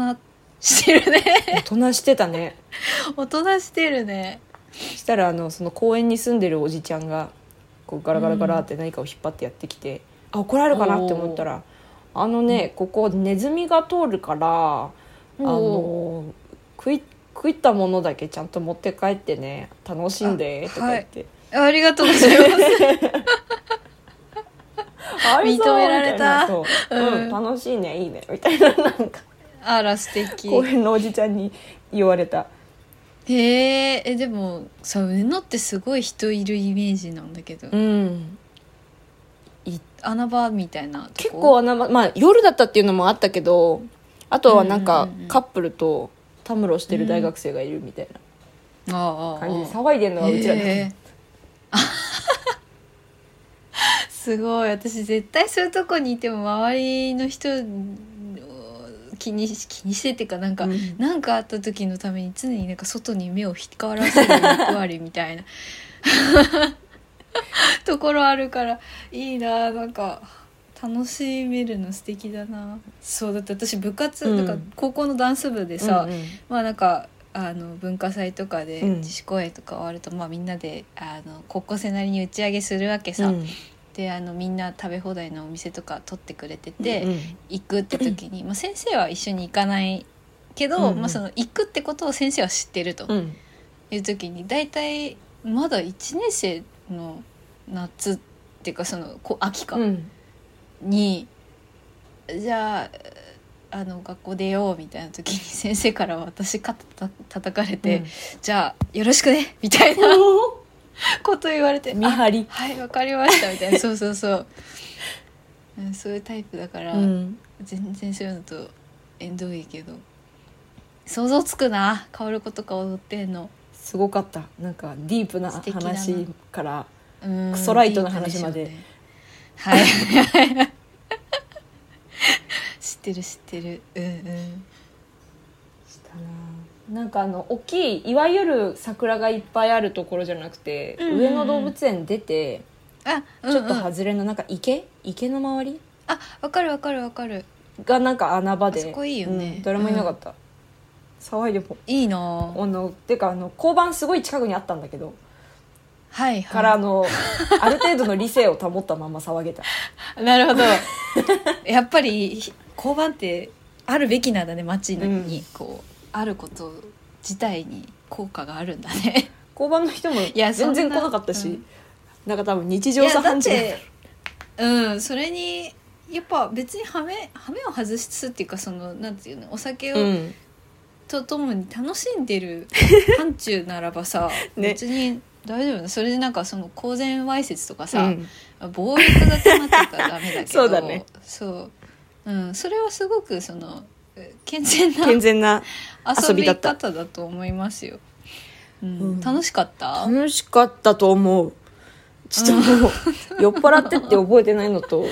[SPEAKER 1] してる ね
[SPEAKER 2] 大人してたね
[SPEAKER 1] 大人してるね
[SPEAKER 2] したらあのその公園に住んでるおじちゃんがこうガラガラガラって何かを引っ張ってやってきて、あ怒られるかなって思ったら「あのね、ここネズミが通るから、あの食い食いったものだけちゃんと持って帰ってね楽しんで」とか言って
[SPEAKER 1] ありがとうございます
[SPEAKER 2] 「ありそう
[SPEAKER 1] 認められた
[SPEAKER 2] みいなそううん
[SPEAKER 1] う
[SPEAKER 2] 楽しいねいいね」みたいななんか
[SPEAKER 1] あら素敵
[SPEAKER 2] 公園のおじちゃんに言われた
[SPEAKER 1] へええでもさ上野ってすごい人いるイメージなんだけど
[SPEAKER 2] うん
[SPEAKER 1] 穴場みたいなと
[SPEAKER 2] 結
[SPEAKER 1] こ
[SPEAKER 2] 構穴場まあ夜だったっていうのもあったけどあとはなん
[SPEAKER 1] う
[SPEAKER 2] か
[SPEAKER 1] んうんうん
[SPEAKER 2] カップルとたむろしてる大学生がいるみたい
[SPEAKER 1] あ
[SPEAKER 2] な
[SPEAKER 1] ああ
[SPEAKER 2] 感じで
[SPEAKER 1] あ
[SPEAKER 2] 騒いでるのはうちらだけ、
[SPEAKER 1] へーあ すごい私絶対そういうとこにいても周りの人を気にし気にしてっていうかなんか、
[SPEAKER 2] うん
[SPEAKER 1] なんかあった時のために常になんか外に目を光らせる役割みたいな ところあるからいいななんか楽しめるの素敵だなそうだって私部活、
[SPEAKER 2] う
[SPEAKER 1] だ
[SPEAKER 2] ん
[SPEAKER 1] から高校のダンス部でさ、
[SPEAKER 2] うんうん
[SPEAKER 1] まあなんかあの文化祭とかで
[SPEAKER 2] うん
[SPEAKER 1] 自主公演とか終わると、まあみんなであの高校生なりに打ち上げするわけさ、
[SPEAKER 2] うん
[SPEAKER 1] であのみんな食べ放題のお店とか取ってくれてて、
[SPEAKER 2] うん
[SPEAKER 1] 行くって時に、まあ、先生は一緒に行かないけど、
[SPEAKER 2] うんうん
[SPEAKER 1] まあ、その行くってことを先生は知ってると
[SPEAKER 2] うん
[SPEAKER 1] いう時に大体まだ1年生の夏っていうかそのこ秋か、
[SPEAKER 2] うん
[SPEAKER 1] にじゃああの学校出ようみたいな時に先生から私肩た叩かれて、
[SPEAKER 2] うん
[SPEAKER 1] じゃあよろしくねみたいなこと言われて
[SPEAKER 2] 見張り
[SPEAKER 1] あはいわかりましたみたいなそうそうそう、うん、そういうタイプだから、
[SPEAKER 2] うん
[SPEAKER 1] 全然そういうのと縁遠いけど想像つくな薫子とか踊ってんの、
[SPEAKER 2] すごかったなんかディープな
[SPEAKER 1] 素敵だな
[SPEAKER 2] 話から
[SPEAKER 1] うん、
[SPEAKER 2] クソライトな話ま
[SPEAKER 1] デ
[SPEAKER 2] で
[SPEAKER 1] ィープしょうねはい 知ってる知ってるうんうん
[SPEAKER 2] したななんかあの大きいいわゆる桜がいっぱいあるところじゃなくて、
[SPEAKER 1] うんうんうん
[SPEAKER 2] 上野動物園出て
[SPEAKER 1] あ、うん
[SPEAKER 2] ちょっと
[SPEAKER 1] うん、
[SPEAKER 2] 外れのなんか池池の周り
[SPEAKER 1] あわかるわかるわかる
[SPEAKER 2] がなんか穴場で
[SPEAKER 1] あそこいいよね
[SPEAKER 2] うん誰もいなかった、騒いでも
[SPEAKER 1] いいなぁ
[SPEAKER 2] あのてかあの交番すごい近くにあったんだけど
[SPEAKER 1] はいはい
[SPEAKER 2] からあのある程度の理性を保ったまま騒げた
[SPEAKER 1] なるほ どやっぱり交番ってあるべきなんだね街に、
[SPEAKER 2] うん
[SPEAKER 1] こうあること自体に効果があるんだね
[SPEAKER 2] 交番の人も
[SPEAKER 1] やそん
[SPEAKER 2] 全
[SPEAKER 1] な
[SPEAKER 2] 然来なかったし
[SPEAKER 1] う
[SPEAKER 2] なんんか多分日常茶飯事
[SPEAKER 1] いやだってうんそれにやっぱ別にハメハメを外すっていうかそのなんていうのお酒を、
[SPEAKER 2] うん
[SPEAKER 1] とともに楽しんでる範疇ならばさ、
[SPEAKER 2] ね
[SPEAKER 1] 別に大丈夫だそれでなんかその公然わいせつとかさ、
[SPEAKER 2] うん
[SPEAKER 1] 暴力が伴ってたらダメだけど
[SPEAKER 2] そうだね
[SPEAKER 1] そう、うん、それはすごくそのえ健全な
[SPEAKER 2] 健全な
[SPEAKER 1] 遊
[SPEAKER 2] 遊び
[SPEAKER 1] び
[SPEAKER 2] だった
[SPEAKER 1] 方だと思いますよ、うん
[SPEAKER 2] うん
[SPEAKER 1] 楽しかった
[SPEAKER 2] 楽しかったと思うちょっともう酔っ払ってって覚えてないの と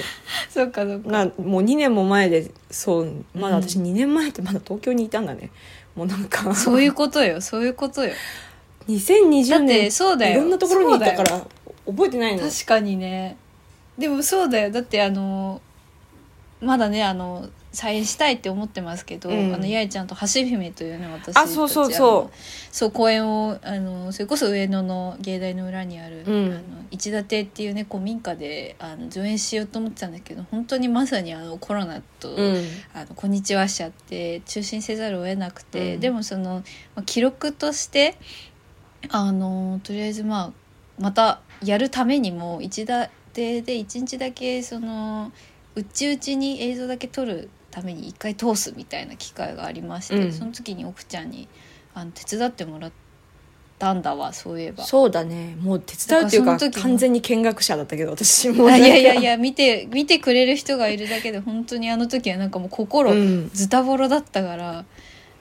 [SPEAKER 1] そうかそうか
[SPEAKER 2] なもう2年も前でそうまだ私2年前ってまだ東京にいたんだねもうなんか
[SPEAKER 1] そういうことよそういうことよだ
[SPEAKER 2] 2020
[SPEAKER 1] っ
[SPEAKER 2] 年
[SPEAKER 1] てそうだよ
[SPEAKER 2] いろんなところにいたから覚えてないの
[SPEAKER 1] 確かにねでもそうだよだってあのまだねあの再演したいって思ってますけど、
[SPEAKER 2] うん
[SPEAKER 1] あのやいちゃんと橋姫というね私
[SPEAKER 2] あそうそうそう
[SPEAKER 1] うそう公演をあのそれこそ上野の芸大の裏にある、
[SPEAKER 2] うん
[SPEAKER 1] あの一立てっていうね古民家であの上演しようと思ってたんだけど本当にまさにあのコロナと、
[SPEAKER 2] うん
[SPEAKER 1] あのこんにちはしちゃって中心せざるを得なくて、
[SPEAKER 2] うん
[SPEAKER 1] でもそのまあ記録としてあのとりあえずまあまたやるためにも一打でで一日だけそのうちうちに映像だけ撮るために一回通すみたいな機会がありまして、
[SPEAKER 2] うん
[SPEAKER 1] その時に奥ちゃんにあの手伝ってもらったんだわそういえば。
[SPEAKER 2] そうだねもう手伝うっていう
[SPEAKER 1] だから
[SPEAKER 2] か
[SPEAKER 1] その時も
[SPEAKER 2] 完全に見学者だったけど私もう
[SPEAKER 1] あ
[SPEAKER 2] なん
[SPEAKER 1] い
[SPEAKER 2] か
[SPEAKER 1] やいやいや見て見てくれる人がいるだけで本当にあの時はなんかもう心、
[SPEAKER 2] うん
[SPEAKER 1] ズタボロだったから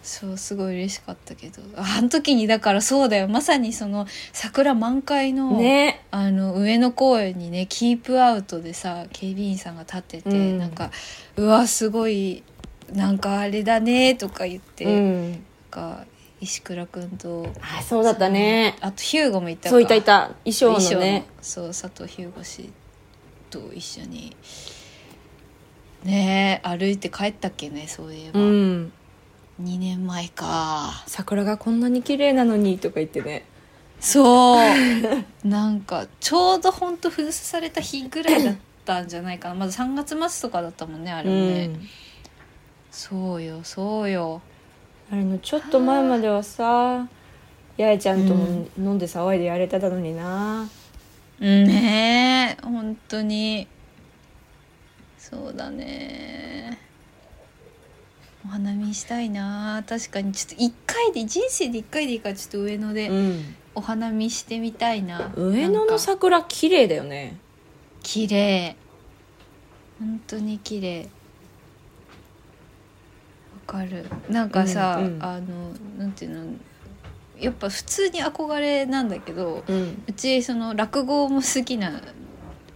[SPEAKER 1] そうすごい嬉しかったけどああの時にだからそうだよまさにその桜満開の,、
[SPEAKER 2] ね
[SPEAKER 1] あの上野公園にねキープアウトでさ警備員さんが立ってて、
[SPEAKER 2] うん
[SPEAKER 1] なんか「うわすごいなんかあれだね」とか言って、
[SPEAKER 2] う
[SPEAKER 1] なん
[SPEAKER 2] ん
[SPEAKER 1] か石倉君と
[SPEAKER 2] あそうだったね
[SPEAKER 1] あとヒューゴもいたか
[SPEAKER 2] そういたいた衣装
[SPEAKER 1] 衣
[SPEAKER 2] の
[SPEAKER 1] 装の
[SPEAKER 2] ね
[SPEAKER 1] そう佐藤ヒューゴ氏と一緒にねえ歩いて帰ったっけねそういえば、
[SPEAKER 2] う
[SPEAKER 1] 2
[SPEAKER 2] ん
[SPEAKER 1] 年前か
[SPEAKER 2] 桜がこんなに綺麗なのにとか言ってね
[SPEAKER 1] そう なんかちょうどほんと封鎖された日ぐらいだったんじゃないかなまだ3月末とかだったもんねあ
[SPEAKER 2] あ
[SPEAKER 1] れもね、そうよそうよ
[SPEAKER 2] あれのちょっと前まではさ八重ちゃんとも飲んで騒いでやれてたのにな、
[SPEAKER 1] ねえ本当にそうだねお花見したいな確かにちょっと一回で人生で一回でいいからちょっと上野で
[SPEAKER 2] うん
[SPEAKER 1] お花見してみたいな、
[SPEAKER 2] 上野の
[SPEAKER 1] さ
[SPEAKER 2] 桜綺麗だよね
[SPEAKER 1] 綺麗本当に綺麗わかるなんかさ、
[SPEAKER 2] うんうん
[SPEAKER 1] あのなんていうのやっぱ普通に憧れなんだけど
[SPEAKER 2] うん
[SPEAKER 1] うちその落語も好きな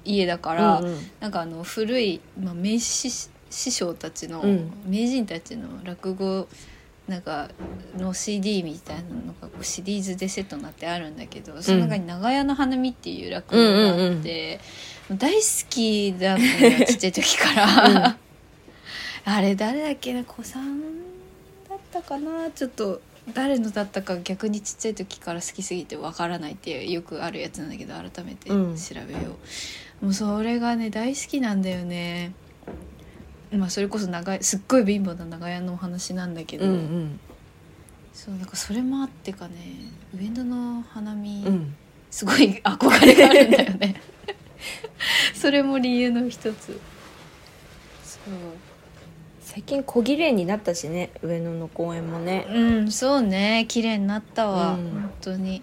[SPEAKER 1] 家だから、なんかあの古い、まあ、名師師匠たちの、
[SPEAKER 2] うん
[SPEAKER 1] 名人たちの落語なんかの CD みたいなのがこうシリーズでセットになってあるんだけど、その中に「長屋の花見」っていう落語があって、大好きだったのよちっちゃい時から、あれ誰だっけな子さんだったかなちょっと誰のだったか逆にちっちゃい時から好きすぎてわからないっていうよくあるやつなんだけど改めて調
[SPEAKER 2] うん
[SPEAKER 1] べよう、もうそれがね大好きなんだよねまあそれこそ長いすっごい貧乏な長屋のお話なんだけど、
[SPEAKER 2] うんうん
[SPEAKER 1] そうなんかそれもあってかね上野の花見、
[SPEAKER 2] うん
[SPEAKER 1] すごい憧れがあるんだよねそれも理由の一つそう
[SPEAKER 2] 最近小綺麗になったしね上野の公園もね、
[SPEAKER 1] うんそうね綺麗になったわ、
[SPEAKER 2] うん
[SPEAKER 1] 本当に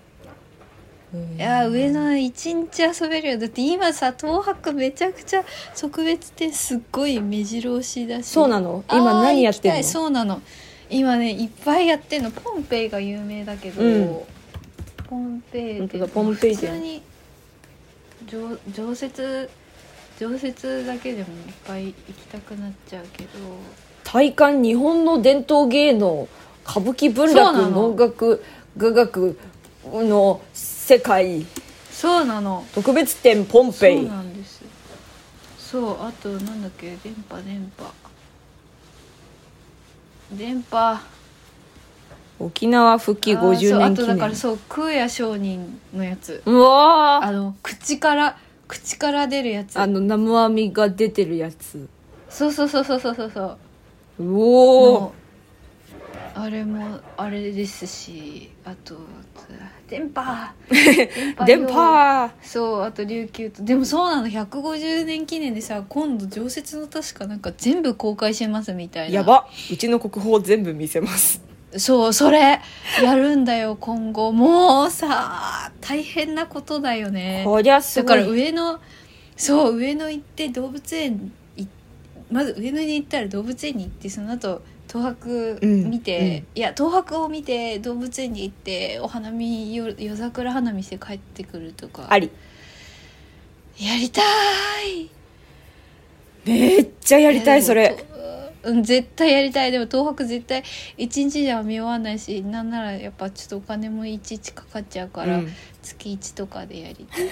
[SPEAKER 2] うん
[SPEAKER 1] いやー上野一日遊べるよだって今さ東博めちゃくちゃ特別展すっごい目白押しだし
[SPEAKER 2] そうなの
[SPEAKER 1] あ
[SPEAKER 2] 今
[SPEAKER 1] ー
[SPEAKER 2] 何やって
[SPEAKER 1] 行きた
[SPEAKER 2] ん
[SPEAKER 1] い
[SPEAKER 2] の
[SPEAKER 1] そうなの今ねいっぱいやってんのポンペイが有名だけど、
[SPEAKER 2] うん
[SPEAKER 1] ポンペイ
[SPEAKER 2] 本当だポンペイ
[SPEAKER 1] 普
[SPEAKER 2] 店
[SPEAKER 1] 通に常常設常設だけでもいっぱい行きたくなっちゃうけど
[SPEAKER 2] 体感日本の伝統芸能歌舞伎文
[SPEAKER 1] そうな
[SPEAKER 2] 楽
[SPEAKER 1] の
[SPEAKER 2] 能楽雅楽の世界
[SPEAKER 1] そうなの
[SPEAKER 2] 特別展ポン
[SPEAKER 1] そ
[SPEAKER 2] ペ
[SPEAKER 1] う
[SPEAKER 2] イ
[SPEAKER 1] なんですそうあとなんだっけ電波電波電波
[SPEAKER 2] 沖縄復帰
[SPEAKER 1] あーそう
[SPEAKER 2] 50
[SPEAKER 1] あ
[SPEAKER 2] 年
[SPEAKER 1] とだ
[SPEAKER 2] 記念
[SPEAKER 1] からそう空也上人のやつ
[SPEAKER 2] うわー
[SPEAKER 1] あの口から口から出るやつ
[SPEAKER 2] あの生網が出てるやつ
[SPEAKER 1] そうそうそうそうそうそうそう
[SPEAKER 2] うおー
[SPEAKER 1] もうあれもあれですしあと電波電よ
[SPEAKER 2] 電波
[SPEAKER 1] そうあと琉球とでもそうなの150年記念でさ今度常設の確かなんか全部公開しますみたいな
[SPEAKER 2] やばうちの国宝全部見せます
[SPEAKER 1] そうそれやるんだよ今後もうさ大変なことだよね
[SPEAKER 2] こりゃす
[SPEAKER 1] だ
[SPEAKER 2] ご
[SPEAKER 1] から
[SPEAKER 2] い
[SPEAKER 1] 上野そう上野行って動物園いまず上野に行ったら動物園に行ってその後東博見て、いや東博を見て動物園に行ってお花見よ夜桜花見して帰ってくるとか
[SPEAKER 2] あり
[SPEAKER 1] やりたい
[SPEAKER 2] めっちゃやりたいそ
[SPEAKER 1] やで
[SPEAKER 2] れ
[SPEAKER 1] もとうん絶対やりたいでも東北絶対一日じゃ見終わんないしなんならやっぱちょっとお金もいちいちかかっちゃうから、
[SPEAKER 2] うん
[SPEAKER 1] 月1とかでやり たい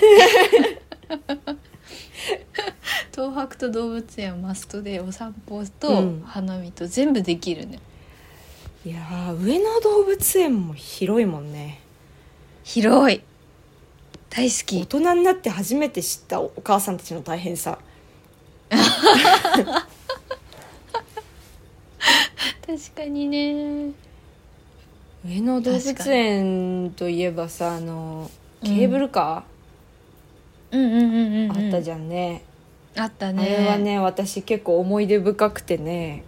[SPEAKER 1] 東博と動物園はマストでお散歩
[SPEAKER 2] う
[SPEAKER 1] と
[SPEAKER 2] ん
[SPEAKER 1] 花見と全部できるね、
[SPEAKER 2] いやー上野動物園も広いもんね
[SPEAKER 1] 広い大好
[SPEAKER 2] 大
[SPEAKER 1] き
[SPEAKER 2] 人になって初めて知ったお母さんたちの大変さ
[SPEAKER 1] 確かにね
[SPEAKER 2] 上野動物園といえばさあのケーブルカ
[SPEAKER 1] うんうんうんうん、
[SPEAKER 2] ーあったじ
[SPEAKER 1] ゃ
[SPEAKER 2] ゃんね、
[SPEAKER 1] んあった
[SPEAKER 2] あ
[SPEAKER 1] ね
[SPEAKER 2] れはね私結構思い出深くてね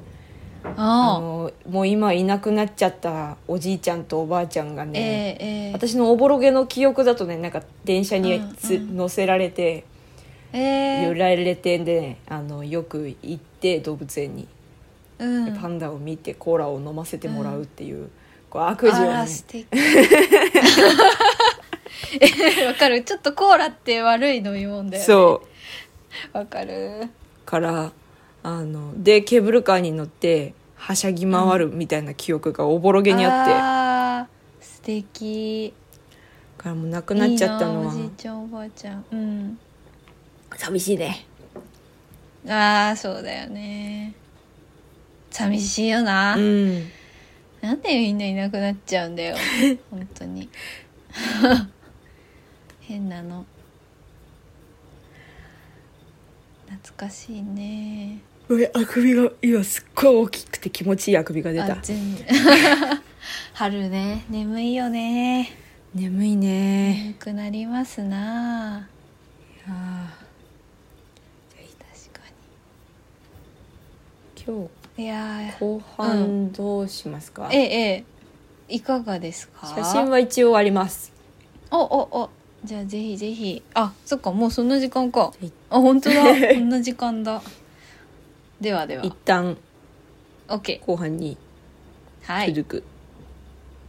[SPEAKER 2] あ
[SPEAKER 1] あ
[SPEAKER 2] のもう今いなくなっちゃったおじいちゃんとおばあちゃんが
[SPEAKER 1] あ
[SPEAKER 2] ね、
[SPEAKER 1] ええええ
[SPEAKER 2] 私のおぼろげの記憶だとねなんか電車につ、
[SPEAKER 1] うんうん
[SPEAKER 2] 乗せられて
[SPEAKER 1] え
[SPEAKER 2] 揺
[SPEAKER 1] え
[SPEAKER 2] られてで、あのよく行って動物園に、
[SPEAKER 1] うん
[SPEAKER 2] パンダを見てコーラを飲ませてもらうっていう,、こう悪事を
[SPEAKER 1] あ
[SPEAKER 2] ね
[SPEAKER 1] ら素敵 えわかるちょっとコーラって悪い飲み物だよね
[SPEAKER 2] そう
[SPEAKER 1] わかる
[SPEAKER 2] からあのでケーブルカーに乗ってはしゃぎ回るみたいな記憶がおぼろげにあって、だ
[SPEAKER 1] あー素敵
[SPEAKER 2] からもうなくなっちゃったの
[SPEAKER 1] い
[SPEAKER 2] は
[SPEAKER 1] な
[SPEAKER 2] い
[SPEAKER 1] おじいちゃんおばあちゃんうん
[SPEAKER 2] 寂しいね
[SPEAKER 1] ああそうだよね寂しいよな、
[SPEAKER 2] うん
[SPEAKER 1] なんでみんないなくなっちゃうんだ よ本当に 変なの懐かしいね
[SPEAKER 2] ごめんあくびが今すっごい大きくて気持ちいいあくびが出
[SPEAKER 1] あ
[SPEAKER 2] た
[SPEAKER 1] 全 部春ね眠いよね
[SPEAKER 2] 眠いね
[SPEAKER 1] 眠くなりますな
[SPEAKER 2] あ
[SPEAKER 1] 確か
[SPEAKER 2] ー今
[SPEAKER 1] にいや
[SPEAKER 2] 日後半どうしますか、
[SPEAKER 1] ーええええいかがですか
[SPEAKER 2] 写真は一応あります
[SPEAKER 1] おおおじゃあぜひぜひあそっかもうそんな時間か
[SPEAKER 2] い
[SPEAKER 1] あ本当 だこんな時間だではでは
[SPEAKER 2] 一旦
[SPEAKER 1] OK
[SPEAKER 2] 後半に
[SPEAKER 1] はい
[SPEAKER 2] 続く、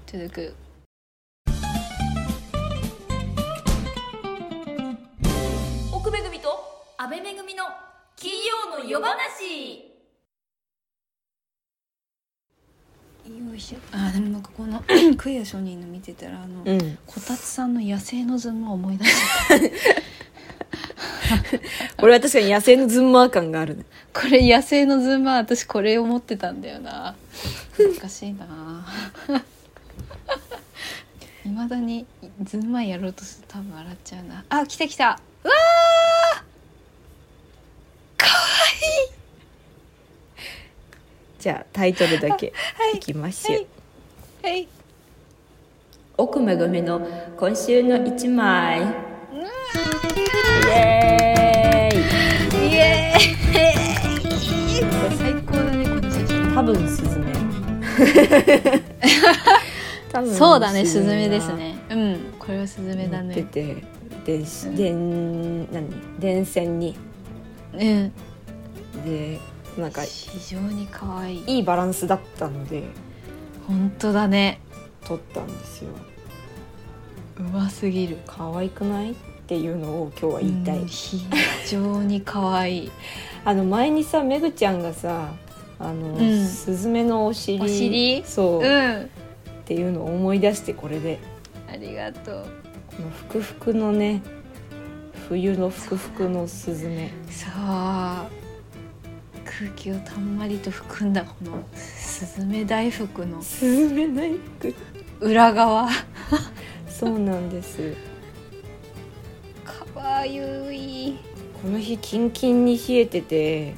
[SPEAKER 1] 続く
[SPEAKER 3] 奥めぐみと安倍めぐみの金曜の夜話
[SPEAKER 1] よいしょあでもなんかこの クイア商人の見てたらあの、
[SPEAKER 2] うん
[SPEAKER 1] こたつさんの野生のズンマを思い出し
[SPEAKER 2] これは確かに野生のズンマー感があるね
[SPEAKER 1] たこれ野生のズンマ私これを持ってたんだよな懐かしいないまだにズンマやろうとすると多分笑っちゃうなあ来た来たうわ
[SPEAKER 2] じゃあタイトルだけ
[SPEAKER 1] ーはい
[SPEAKER 2] いきましょう、
[SPEAKER 1] はいはい
[SPEAKER 2] 奥めぐみの今週の一枚イエーイ
[SPEAKER 1] イエーイこれ最高だねこの写真
[SPEAKER 2] 多分ス ズメ多分
[SPEAKER 1] そうだね、スズ
[SPEAKER 2] が
[SPEAKER 1] メですね。うん、これはスズメだ
[SPEAKER 2] 持って
[SPEAKER 1] ね。
[SPEAKER 2] て電子電何電線に
[SPEAKER 1] うん、
[SPEAKER 2] でなんか
[SPEAKER 1] 非常に可愛い。
[SPEAKER 2] いいバランスだったので
[SPEAKER 1] 本当だね。
[SPEAKER 2] 撮ったんですよ
[SPEAKER 1] うますぎる。
[SPEAKER 2] 可愛くないっていうのを今日は言いたい、
[SPEAKER 1] うん非常に可愛い。
[SPEAKER 2] あの前にさめぐちゃんがさあの、
[SPEAKER 1] ん
[SPEAKER 2] スズメのお尻
[SPEAKER 1] お尻
[SPEAKER 2] そう、
[SPEAKER 1] う
[SPEAKER 2] っ
[SPEAKER 1] ん、
[SPEAKER 2] ていうのを思い出してこれで
[SPEAKER 1] ありがとう。
[SPEAKER 2] このふくふくのね冬のふくふくのスズメ
[SPEAKER 1] さあ。空気をたんまりと含んだこのスズメ大福の
[SPEAKER 2] スズメ大福
[SPEAKER 1] 裏側。
[SPEAKER 2] そうなんです
[SPEAKER 1] 可愛い。
[SPEAKER 2] この日キンキンに冷えてて、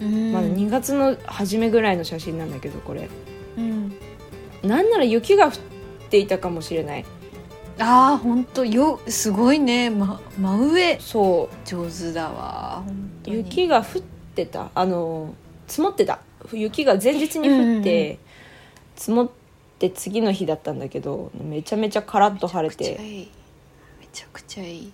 [SPEAKER 1] うん
[SPEAKER 2] まだ2月の初めぐらいの写真なんだけどこれ
[SPEAKER 1] うん、
[SPEAKER 2] なんなら雪が降っていたかもしれない
[SPEAKER 1] ああ、本当よ、すごいね、ま、真上。
[SPEAKER 2] そ
[SPEAKER 1] 上手だわ。本
[SPEAKER 2] う
[SPEAKER 1] 当に
[SPEAKER 2] 雪が降ってたあの積もってた雪が前日に降って、積もって次の日だったんだけどめちゃめちゃカラッと晴れて
[SPEAKER 1] めちゃくちゃいい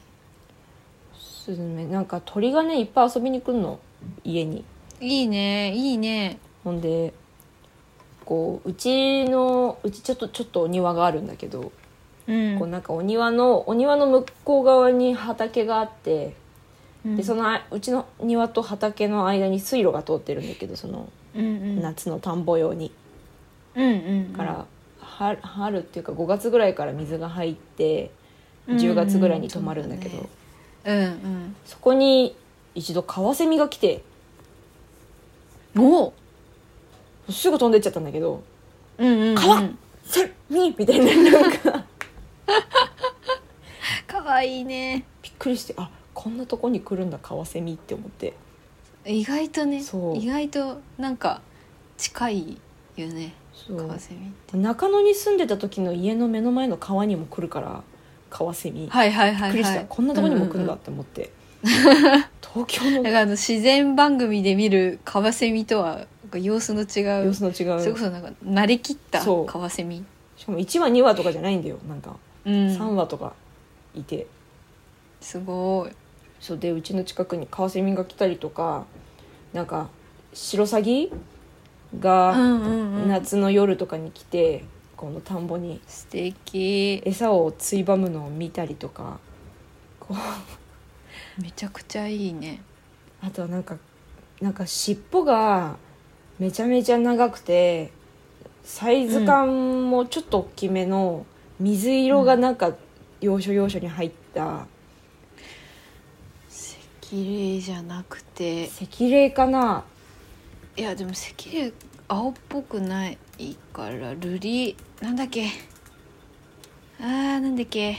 [SPEAKER 2] スズメなんか鳥がねいっぱい遊びに来るの家に
[SPEAKER 1] いいねいいね
[SPEAKER 2] ほんでこううちのうちちょっとちょっとお庭があるんだけど、
[SPEAKER 1] うん
[SPEAKER 2] こうなんかお庭のお庭の向こう側に畑があって
[SPEAKER 1] うん
[SPEAKER 2] でそのあうちの庭と畑の間に水路が通ってるんだけどその
[SPEAKER 1] うんうん
[SPEAKER 2] 夏の田んぼ用に。
[SPEAKER 1] うんうん
[SPEAKER 2] から、は春っていうか5月ぐらいから水が入って
[SPEAKER 1] うんうん
[SPEAKER 2] 10月ぐらいに止まるんだけど、
[SPEAKER 1] そうだねうん
[SPEAKER 2] そこに一度カワセミが来て
[SPEAKER 1] うんお
[SPEAKER 2] すぐ飛んでっちゃったんだけど
[SPEAKER 1] うんうんうん
[SPEAKER 2] かわ「セミ!」みたいななん か
[SPEAKER 1] かわいいね
[SPEAKER 2] びっくりしてあこんなとこに来るんだカワセミって思って
[SPEAKER 1] 意外とね
[SPEAKER 2] そう
[SPEAKER 1] 意外となんか近いよね
[SPEAKER 2] そ
[SPEAKER 1] カ
[SPEAKER 2] う
[SPEAKER 1] ワセミって
[SPEAKER 2] 中野に住んでた時の家の目の前の川にも来るからカワセミ、
[SPEAKER 1] はいはい
[SPEAKER 2] び
[SPEAKER 1] は
[SPEAKER 2] っ
[SPEAKER 1] い
[SPEAKER 2] くりし
[SPEAKER 1] は
[SPEAKER 2] た、
[SPEAKER 1] い
[SPEAKER 2] こんなとこにも来るん
[SPEAKER 1] う
[SPEAKER 2] だ
[SPEAKER 1] う
[SPEAKER 2] って思って、東京
[SPEAKER 1] だか
[SPEAKER 2] の
[SPEAKER 1] らあの自然番組で見るカワセミとはなんか様子の違
[SPEAKER 2] 様
[SPEAKER 1] う
[SPEAKER 2] 子の 違
[SPEAKER 1] それ
[SPEAKER 2] う
[SPEAKER 1] こそなんか慣れきった
[SPEAKER 2] そう
[SPEAKER 1] カワセミ
[SPEAKER 2] しかも1話2話とかじゃないんだよなんか
[SPEAKER 1] うん
[SPEAKER 2] 3話とかいて。
[SPEAKER 1] すごい
[SPEAKER 2] そうでうちの近くにカワセミが来たりとかなんかシロサギ
[SPEAKER 1] う
[SPEAKER 2] が
[SPEAKER 1] んうんうん
[SPEAKER 2] 夏の夜とかに来て、この田んぼに
[SPEAKER 1] 素敵
[SPEAKER 2] 餌をついばむのを見たりとかこう
[SPEAKER 1] めちゃくちゃいいね
[SPEAKER 2] あとはなんかなんか尻尾がめちゃめちゃ長くてサイズ感もちょっと大きめの水色がなんか要所要所に入った、
[SPEAKER 1] 素敵綺麗じゃなくて
[SPEAKER 2] 赤霊かない
[SPEAKER 1] やでも赤霊青っぽくないから瑠璃なんだっけあーなんだっけ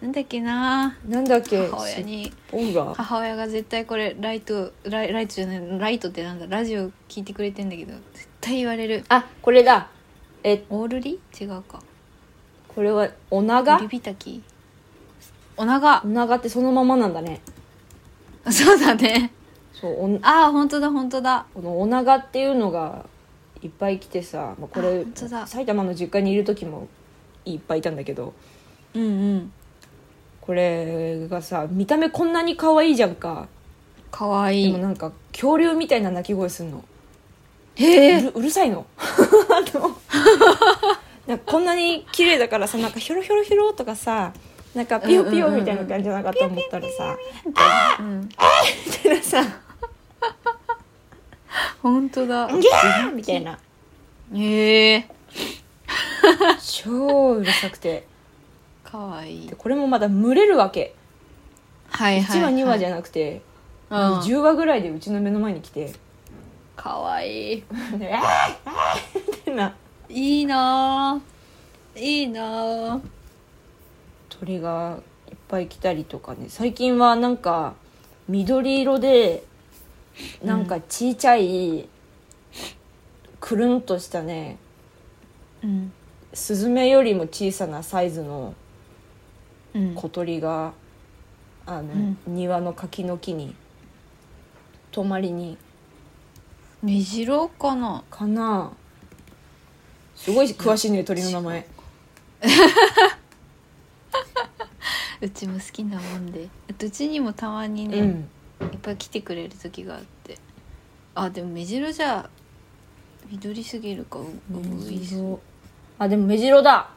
[SPEAKER 1] なんだっけな
[SPEAKER 2] なんだっけ
[SPEAKER 1] 母親に
[SPEAKER 2] 尻尾が
[SPEAKER 1] 母親が絶対これライトライライトじゃないライトってなんだラジオ聞いてくれてんだけど絶対言われる
[SPEAKER 2] あこれだえ
[SPEAKER 1] オールリ違うか
[SPEAKER 2] これはおなが
[SPEAKER 1] ビビタキおなが
[SPEAKER 2] おながってそのままなんだね
[SPEAKER 1] そうだね
[SPEAKER 2] そうおん
[SPEAKER 1] ああ本当だ本当だ
[SPEAKER 2] このおながっていうのがいっぱい来てさ、まあ、こ
[SPEAKER 1] あ
[SPEAKER 2] れ
[SPEAKER 1] 本当だ
[SPEAKER 2] 埼玉の実家にいる時もいっぱいいたんだけど
[SPEAKER 1] うんうん
[SPEAKER 2] これがさ見た目こんなに可愛いじゃんか
[SPEAKER 1] かわい
[SPEAKER 2] で
[SPEAKER 1] い
[SPEAKER 2] もなんか恐竜みたいな鳴き声すんの
[SPEAKER 1] へ
[SPEAKER 2] う
[SPEAKER 1] え
[SPEAKER 2] るうるさいの あのなんかこんなに綺麗だからさなんかヒョロヒョロヒョロとかさなんかピヨピヨみたいな感じじゃなかったと思ったらさ
[SPEAKER 1] うん
[SPEAKER 2] みたいなさ
[SPEAKER 1] 本当だ
[SPEAKER 2] 「ギャー!」みたいな
[SPEAKER 1] へえ
[SPEAKER 2] 超うるさくて
[SPEAKER 1] かわいい
[SPEAKER 2] でこれもまだ群れるわけ
[SPEAKER 1] はいはい、
[SPEAKER 2] 1話2話じ
[SPEAKER 1] ゃ
[SPEAKER 2] ゃなくて
[SPEAKER 1] うん
[SPEAKER 2] 10話ぐらいでうちの目の前に来 て
[SPEAKER 1] かわいい
[SPEAKER 2] 「であーあーみたいない
[SPEAKER 1] いなぁいいなぁ
[SPEAKER 2] 鳥がいっぱい来たりとかね最近はなんか緑色でなんかちいちゃい、くるんとしたね
[SPEAKER 1] うん
[SPEAKER 2] スズメよりも小さなサイズの
[SPEAKER 1] うん
[SPEAKER 2] 小鳥が、あの、
[SPEAKER 1] ん
[SPEAKER 2] 庭の柿の木に泊まりに
[SPEAKER 1] メジロかな
[SPEAKER 2] かなすごい詳しいね鳥の名前
[SPEAKER 1] うちも好きなもんでうちにもたまに
[SPEAKER 2] う
[SPEAKER 1] ね、
[SPEAKER 2] ん
[SPEAKER 1] いっぱい来てくれる時があってあでもメジロじゃ緑すぎるかううい
[SPEAKER 2] メジロあでもメジロだ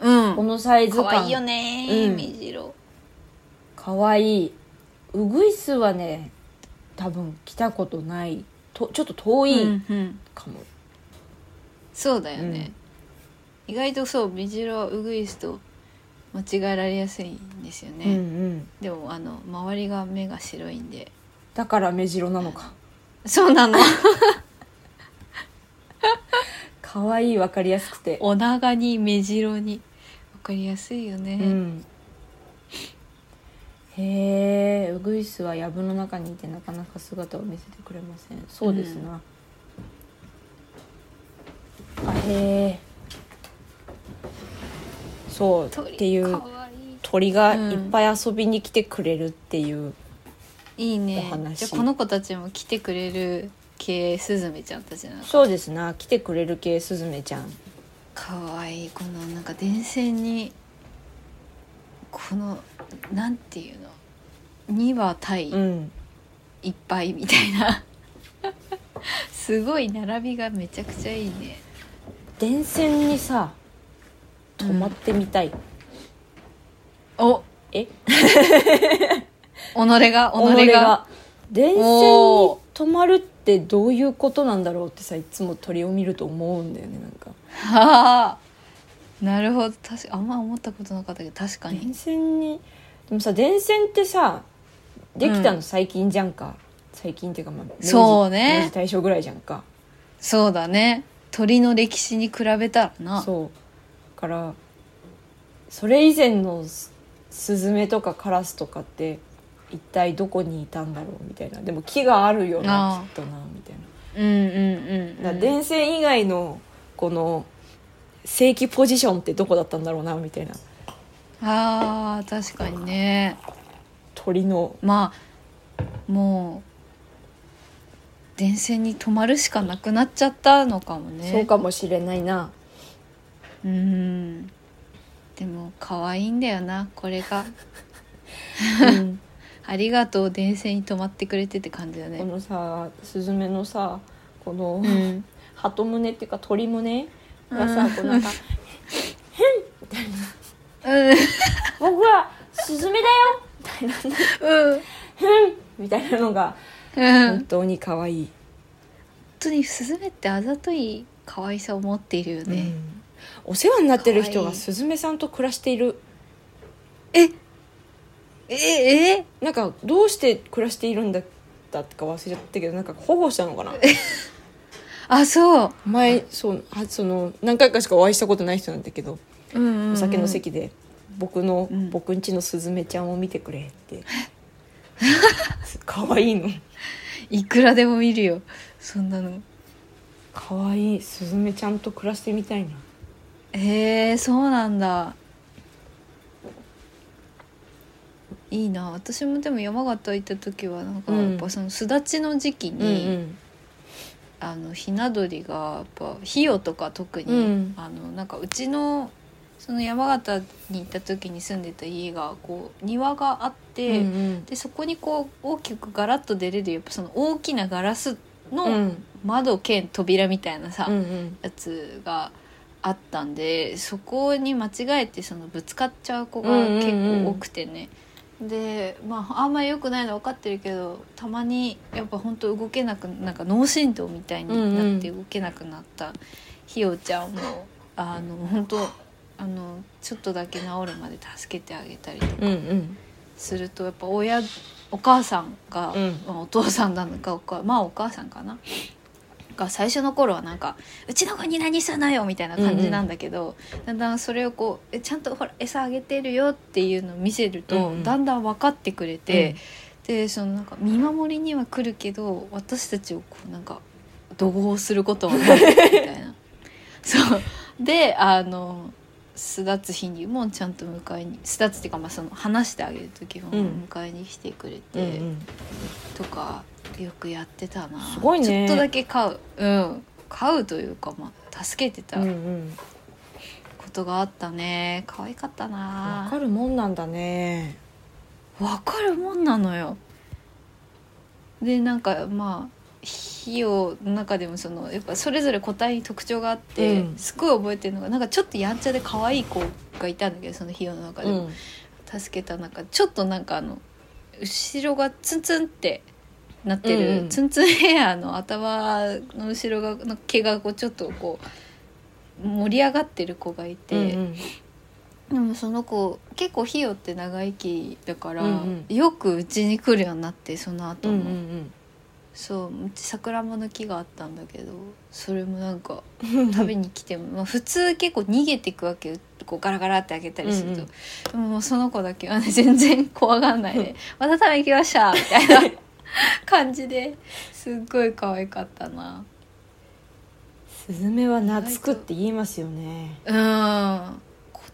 [SPEAKER 1] うん
[SPEAKER 2] このサイズ
[SPEAKER 1] か
[SPEAKER 2] 感
[SPEAKER 1] わいいよねー、
[SPEAKER 2] うん
[SPEAKER 1] メジロ
[SPEAKER 2] かわいいウグイスはね多分来たことないとちょっと遠
[SPEAKER 1] う
[SPEAKER 2] い
[SPEAKER 1] んうん
[SPEAKER 2] かも、
[SPEAKER 1] そうだよね、意外とそうメジロはウグイスと間違えられやすいんですよね、
[SPEAKER 2] うんうん
[SPEAKER 1] でもあの周りが目が白いんで
[SPEAKER 2] だからメジロなのか
[SPEAKER 1] そう なの
[SPEAKER 2] かわいいわかりやすくて
[SPEAKER 1] お長に目白にわかりやすいよね、
[SPEAKER 2] うんへえウグイスは藪の中にいてなかなか姿を見せてくれませんそうですな、あへえそう
[SPEAKER 1] 鳥
[SPEAKER 2] っていう
[SPEAKER 1] かわいい
[SPEAKER 2] 鳥がいっぱい遊びに来てくれるっていう、
[SPEAKER 1] いいね
[SPEAKER 2] お話
[SPEAKER 1] じゃあこの子たちも来てくれる系スズメちゃんたちなの
[SPEAKER 2] そうですな来てくれる系スズメちゃん
[SPEAKER 1] かわいいこのなんか電線にこのなんていうの2羽対
[SPEAKER 2] うん
[SPEAKER 1] いっぱいみたいな すごい並びがめちゃくちゃいいね
[SPEAKER 2] 電線にさ止まってみたい、
[SPEAKER 1] お
[SPEAKER 2] え
[SPEAKER 1] 己が己が
[SPEAKER 2] 己が電線に
[SPEAKER 1] おー
[SPEAKER 2] 止まるってどういうことなんだろうってさいつも鳥を見ると思うんだよねなんか
[SPEAKER 1] はあなるほど確かあんま思ったことなかったけど確かに
[SPEAKER 2] 電線にでもさ電線ってさできたの最近じゃんか、最近っていうかまあ明治
[SPEAKER 1] そうね
[SPEAKER 2] 明治大正ぐらいじゃんか
[SPEAKER 1] そうだね鳥の歴史に比べたらな
[SPEAKER 2] そうだからそれ以前のススズメとかカラスとかって一体どこにいたんだろうみたいなでも木があるよ
[SPEAKER 1] ああ
[SPEAKER 2] なきっとなみたいな
[SPEAKER 1] うんうんうん、
[SPEAKER 2] だ
[SPEAKER 1] う
[SPEAKER 2] から
[SPEAKER 1] ん、
[SPEAKER 2] 電線以外のこの正規ポジションってどこだったんだろうなみたいな
[SPEAKER 1] あー確かにね
[SPEAKER 2] 鳥の
[SPEAKER 1] まあもう電線に止まるしかなくなっちゃったのかもね
[SPEAKER 2] そうかもしれないな、
[SPEAKER 1] うんでも可愛いんだよなこれが
[SPEAKER 2] うん
[SPEAKER 1] ありがとう電線に止まってくれてって感じだ
[SPEAKER 2] こ
[SPEAKER 1] ね
[SPEAKER 2] のさスズメのさこの、
[SPEAKER 1] うん
[SPEAKER 2] 鳩胸っていうか鳥胸がさ、こう なんか
[SPEAKER 1] うん
[SPEAKER 2] 「僕はスズメだよ!」みたいな
[SPEAKER 1] うん
[SPEAKER 2] 「みたいなのが
[SPEAKER 1] うん
[SPEAKER 2] 本当に可愛い、
[SPEAKER 1] 本当にスズメってあざとい可愛さを持っているよ
[SPEAKER 2] う
[SPEAKER 1] ね、
[SPEAKER 2] んお世話になってる
[SPEAKER 1] 可
[SPEAKER 2] 人が
[SPEAKER 1] 愛い
[SPEAKER 2] スズメさんと暮らしている
[SPEAKER 1] えええ
[SPEAKER 2] なんかどうして暮らしているんだったか忘れちゃったけどなんか保護したのかな
[SPEAKER 1] あそう
[SPEAKER 2] 前そうはその何回かしかお会いしたことない人なんだけど、
[SPEAKER 1] うんうんうん
[SPEAKER 2] お酒の席で僕の、
[SPEAKER 1] うん
[SPEAKER 2] 僕んちのスズメちゃんを見てくれって 可愛いの
[SPEAKER 1] いくらでも見るよそんなの
[SPEAKER 2] 可愛いスズメちゃんと暮らしてみたいな
[SPEAKER 1] へえそうなんだいいな私もでも山形行った時はなんか
[SPEAKER 2] うん
[SPEAKER 1] やっぱその巣立ちの時期に、あのひな鳥がやっぱひよとか特に、
[SPEAKER 2] うん
[SPEAKER 1] あのなんかうちのその山形に行った時に住んでた家がこう庭があって、
[SPEAKER 2] うんうん
[SPEAKER 1] でそこにこう大きくガラッと出れるやっぱその大きなガラス
[SPEAKER 2] うん
[SPEAKER 1] の窓兼扉みたいなさ、
[SPEAKER 2] うんうん
[SPEAKER 1] やつがあったんでそこに間違えてそのぶつかっちゃう子が結構多くてね、でまああんまり良くないの分かってるけどたまにやっぱ本当動けなくなんか脳震盪みたいになって
[SPEAKER 2] う
[SPEAKER 1] 動けなくなったひよちゃんもあの本当あのちょっとだけ治るまで助けてあげたりとか
[SPEAKER 2] うんうん
[SPEAKER 1] するとやっぱ親お母さんが、
[SPEAKER 2] うん
[SPEAKER 1] まあ、お父さんなのかおかまあお母さんかなが最初の頃はなんか「うちの子に何するのよ」みたいな感じなんだけど、だんだんそれをこうえ「ちゃんとほら餌あげてるよ」っていうのを見せると、
[SPEAKER 2] うんうん
[SPEAKER 1] だんだん分かってくれて、でそのなんか見守りには来るけど私たちをこうなんか怒号することはないみたいな。そうであの巣立つ日にもちゃんと迎えに巣立つっていうか、まあ、その話してあげる時も
[SPEAKER 2] うん
[SPEAKER 1] 迎えに来てくれ
[SPEAKER 2] うんう
[SPEAKER 1] て、
[SPEAKER 2] ん
[SPEAKER 1] とかよくやってたな
[SPEAKER 2] すごいね
[SPEAKER 1] ちょっとだけ飼ううん飼うというか、まあ、助けてた
[SPEAKER 2] うんうん
[SPEAKER 1] ことがあったね可愛かった
[SPEAKER 2] わ
[SPEAKER 1] な
[SPEAKER 2] かるもんなんだね
[SPEAKER 1] わかるもんなのよでなんかまあ費を中でもそのやっぱそれぞれ個体に特徴があって、
[SPEAKER 2] うん
[SPEAKER 1] すごい覚えてるのがなんかちょっとやんちゃで可愛い子がいたんだけどその費用の中でも、助けた中ちょっとなんかあの後ろがツンツンってなってる、
[SPEAKER 2] うんうん
[SPEAKER 1] ツンツンヘアの頭の後ろがの毛がこうちょっとこう盛り上がってる子がいて、
[SPEAKER 2] うんうん
[SPEAKER 1] でもその子結構ひよって長生きだから、
[SPEAKER 2] うん
[SPEAKER 1] よくうちに来るようになってその
[SPEAKER 2] う
[SPEAKER 1] 後
[SPEAKER 2] んう
[SPEAKER 1] も、
[SPEAKER 2] ん
[SPEAKER 1] そううち桜間の木があったんだけどそれもなん か
[SPEAKER 2] うん
[SPEAKER 1] 食べに来ても、まあ、普通結構逃げていくわけこうガラガラって開けたりすると、
[SPEAKER 2] うん
[SPEAKER 1] でももうその子だけはね全然怖がんない で「また食べに来ました」みたいな感じですっごい可愛かったな
[SPEAKER 2] スズメは懐くって言いますよね
[SPEAKER 1] うん小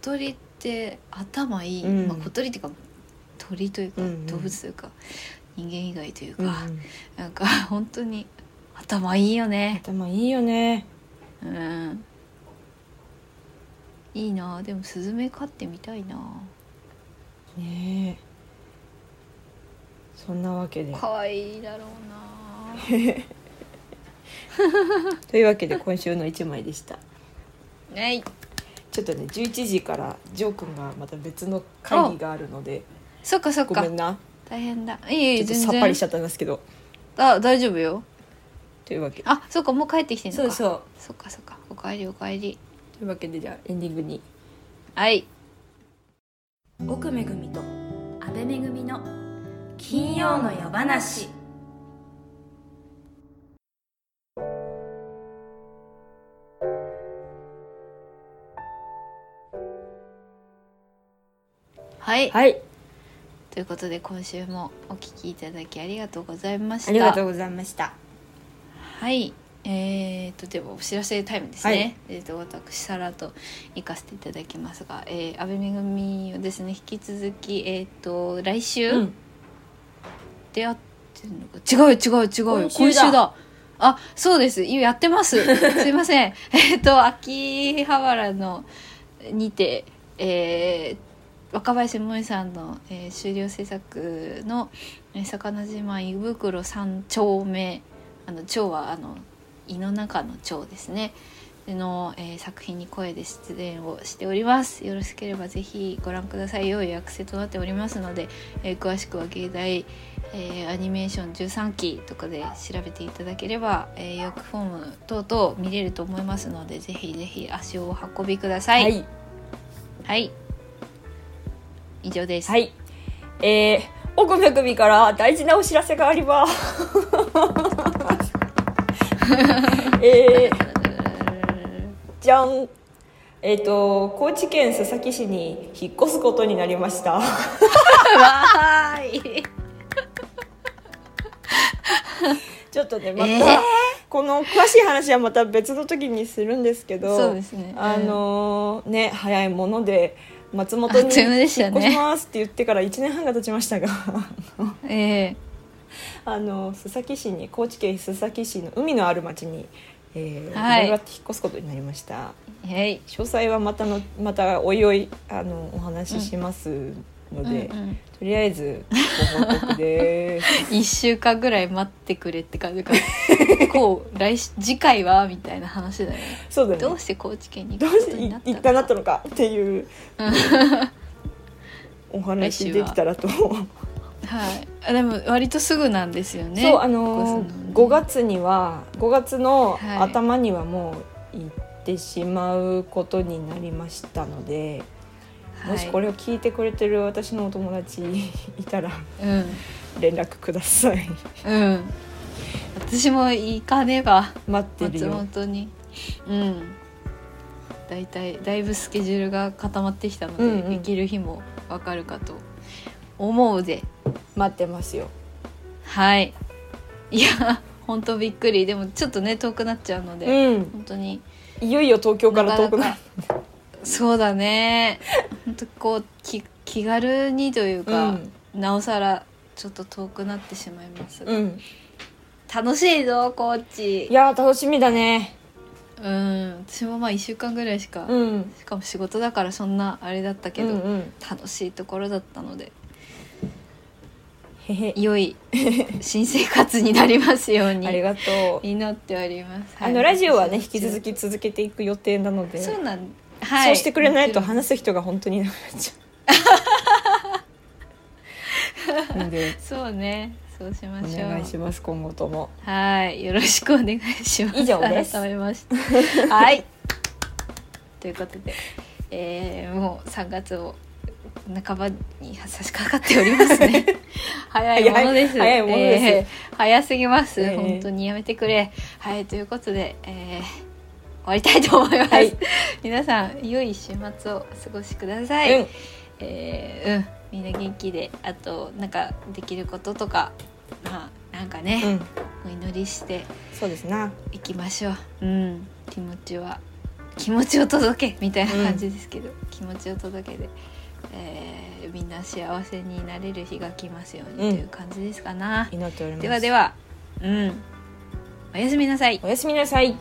[SPEAKER 1] 鳥って頭いい、
[SPEAKER 2] うん
[SPEAKER 1] まあ、小鳥っていうか鳥というか
[SPEAKER 2] うんうん
[SPEAKER 1] 動物というか、人間以外というか、
[SPEAKER 2] うん
[SPEAKER 1] なんか 本当に頭いいよね
[SPEAKER 2] 頭いいよね
[SPEAKER 1] うんいいなでもスズメ飼ってみたいな
[SPEAKER 2] ねえそんなわけで
[SPEAKER 1] 可愛いだろうな
[SPEAKER 2] というわけで今週の一枚でした
[SPEAKER 1] はい。
[SPEAKER 2] ちょっとね11時からジョー君がまた別の会議があるので
[SPEAKER 1] そっかそっ
[SPEAKER 2] ご
[SPEAKER 1] か
[SPEAKER 2] め。んな
[SPEAKER 1] 大変だ。いえい
[SPEAKER 2] ち
[SPEAKER 1] え、
[SPEAKER 2] ょっと
[SPEAKER 1] 全
[SPEAKER 2] さっぱり
[SPEAKER 1] 然
[SPEAKER 2] しち。ゃったんですけど
[SPEAKER 1] あ、大丈夫よ。
[SPEAKER 2] というわけで
[SPEAKER 1] あ、そっか、もう帰ってきてんの
[SPEAKER 2] そう
[SPEAKER 1] か。う。
[SPEAKER 2] そ
[SPEAKER 1] そっかそっか。おかえりおかえり。
[SPEAKER 2] うというわけでじゃあエンディングに
[SPEAKER 1] はい。
[SPEAKER 2] 奥めぐみと
[SPEAKER 3] 阿部恵の金曜の夜話
[SPEAKER 1] はい。
[SPEAKER 2] はい
[SPEAKER 1] ということで、今週もお聞きいただきありがとうございました。
[SPEAKER 2] ありがとうございました
[SPEAKER 1] はい。えー、とではお知らせタイムですね、えー、と私サラと行かせていただきますが、えー、安倍めぐみをですね引き続き、えー、と来週、
[SPEAKER 2] うん
[SPEAKER 1] 出会ってんのか違う違う違うよ今
[SPEAKER 2] 今
[SPEAKER 1] 週
[SPEAKER 2] 週
[SPEAKER 1] だ
[SPEAKER 2] だ
[SPEAKER 1] あそうです今やってます すいませんえっと秋葉原のにて、えー若林萌衣さんの、えー終了制作の「えー魚島湯袋三丁目」あの蝶はあの胃の中の蝶ですねの、えー作品に声で出演をしておりますよろしければぜひご覧くださいよい役制となっておりますので、えー詳しくは芸大、えーアニメーション13期とかで調べていただければ、えー予約フォーム等々見れると思いますのでぜひぜひ足をお運びください
[SPEAKER 2] はい
[SPEAKER 1] はい以上です
[SPEAKER 2] はいえー、奥めぐみから大事なお知らせがあり ます。えー、じゃん。えっ、と、高知県須崎市に引っ越すことになりました。
[SPEAKER 1] わーい
[SPEAKER 2] ちょっとね、また、
[SPEAKER 1] えー
[SPEAKER 2] この詳しい話はまた別の時にするんですけど、
[SPEAKER 1] そうですねうん
[SPEAKER 2] あのーね、早いもので、松本
[SPEAKER 1] あ
[SPEAKER 2] に
[SPEAKER 1] っという間
[SPEAKER 2] 引
[SPEAKER 1] でし
[SPEAKER 2] っ越した
[SPEAKER 1] ね
[SPEAKER 2] ますって言ってから1年半が経ちましたが、
[SPEAKER 1] え
[SPEAKER 2] あの須崎市に高知県須崎市の海のある町に、えー
[SPEAKER 1] はい
[SPEAKER 2] ろろあって引っ越すことになりました
[SPEAKER 1] ー、はい
[SPEAKER 2] 詳細はまたのまたおいおいあのお話ししますので、
[SPEAKER 1] うんうん
[SPEAKER 2] とりあえずご報告です
[SPEAKER 1] 1週間ぐらい待ってくれって感じか こう来し次回はみたいな話だよね
[SPEAKER 2] そうだね
[SPEAKER 1] どうして高知県に
[SPEAKER 2] ど
[SPEAKER 1] 行
[SPEAKER 2] う
[SPEAKER 1] くこと
[SPEAKER 2] して
[SPEAKER 1] に
[SPEAKER 2] い
[SPEAKER 1] なった
[SPEAKER 2] 一
[SPEAKER 1] の
[SPEAKER 2] 旦
[SPEAKER 1] か
[SPEAKER 2] なったのかっていう
[SPEAKER 1] うん
[SPEAKER 2] お話できたらと、
[SPEAKER 1] はいあでも割とすぐなんですよね
[SPEAKER 2] そうあの
[SPEAKER 1] ここその
[SPEAKER 2] 5月には5月の
[SPEAKER 1] はい
[SPEAKER 2] 頭にはもう行ってしまうことになりましたので、
[SPEAKER 1] はい
[SPEAKER 2] もしこれを聞いてくれてる私のお友達 いたら
[SPEAKER 1] うん
[SPEAKER 2] 連絡ください
[SPEAKER 1] うん私も行かねば
[SPEAKER 2] 待ってる
[SPEAKER 1] 松
[SPEAKER 2] よ
[SPEAKER 1] 本にうんだいたいだいぶスケジュールが固まってきたので、
[SPEAKER 2] うんうん
[SPEAKER 1] 行ける日もわかるかと思うで
[SPEAKER 2] 待ってますよ
[SPEAKER 1] はいいや本当びっくりでもちょっとね遠くなっちゃうので、
[SPEAKER 2] うん
[SPEAKER 1] 本当に
[SPEAKER 2] いよいよ東京から遠くな
[SPEAKER 1] なかそうだね本当こう気気軽にというか、なおさらちょっと遠くなってしまいます
[SPEAKER 2] う
[SPEAKER 1] が、
[SPEAKER 2] ん、うん、
[SPEAKER 1] 楽しいぞコー
[SPEAKER 2] い
[SPEAKER 1] チ
[SPEAKER 2] やー楽しみだね
[SPEAKER 1] うん私もまあ1週間ぐらいしか、
[SPEAKER 2] うん
[SPEAKER 1] しかも仕事だからそんなあれだったけど、
[SPEAKER 2] うんうん、
[SPEAKER 1] 楽しいところだったので
[SPEAKER 2] へへ
[SPEAKER 1] 良 い新生活になりますよう
[SPEAKER 2] あり
[SPEAKER 1] に
[SPEAKER 2] がとう
[SPEAKER 1] 祈っております、
[SPEAKER 2] あのラジオはね引き続
[SPEAKER 1] き
[SPEAKER 2] き続けていく予定なので
[SPEAKER 1] そうなん
[SPEAKER 2] そうしてくれないと
[SPEAKER 1] もち
[SPEAKER 2] 話す人が本当にいなくなっちゃう なんで
[SPEAKER 1] ろんそうねそうしま
[SPEAKER 2] お
[SPEAKER 1] しょう
[SPEAKER 2] 願いします今後とも
[SPEAKER 1] はい、よろしくお願いします。
[SPEAKER 2] 以上です
[SPEAKER 1] 改めまして。はい。ということで、えーもう3月を半ばに差し掛かっております ね。早いものです。
[SPEAKER 2] 早い早いものです
[SPEAKER 1] えー早すぎます、
[SPEAKER 2] えー
[SPEAKER 1] 本当にやめてくれ。はい、ということで、えー終わりたいと思います。
[SPEAKER 2] はい
[SPEAKER 1] 皆さん、良い週末をお過ごしください。
[SPEAKER 2] うん
[SPEAKER 1] えーうんみんな元気であとなんかできることとかまあなんか
[SPEAKER 2] う
[SPEAKER 1] ね、
[SPEAKER 2] ん
[SPEAKER 1] お祈りして
[SPEAKER 2] そうですない
[SPEAKER 1] きましょう、うん、気持ちは気持ちを届けみたいな感じですけど、気持ちを届けで、えーみんな幸せになれる日が来ますように
[SPEAKER 2] うん
[SPEAKER 1] という感じですかな、
[SPEAKER 2] 祈っております
[SPEAKER 1] ではではうんおやすみなさい
[SPEAKER 2] おやすみなさい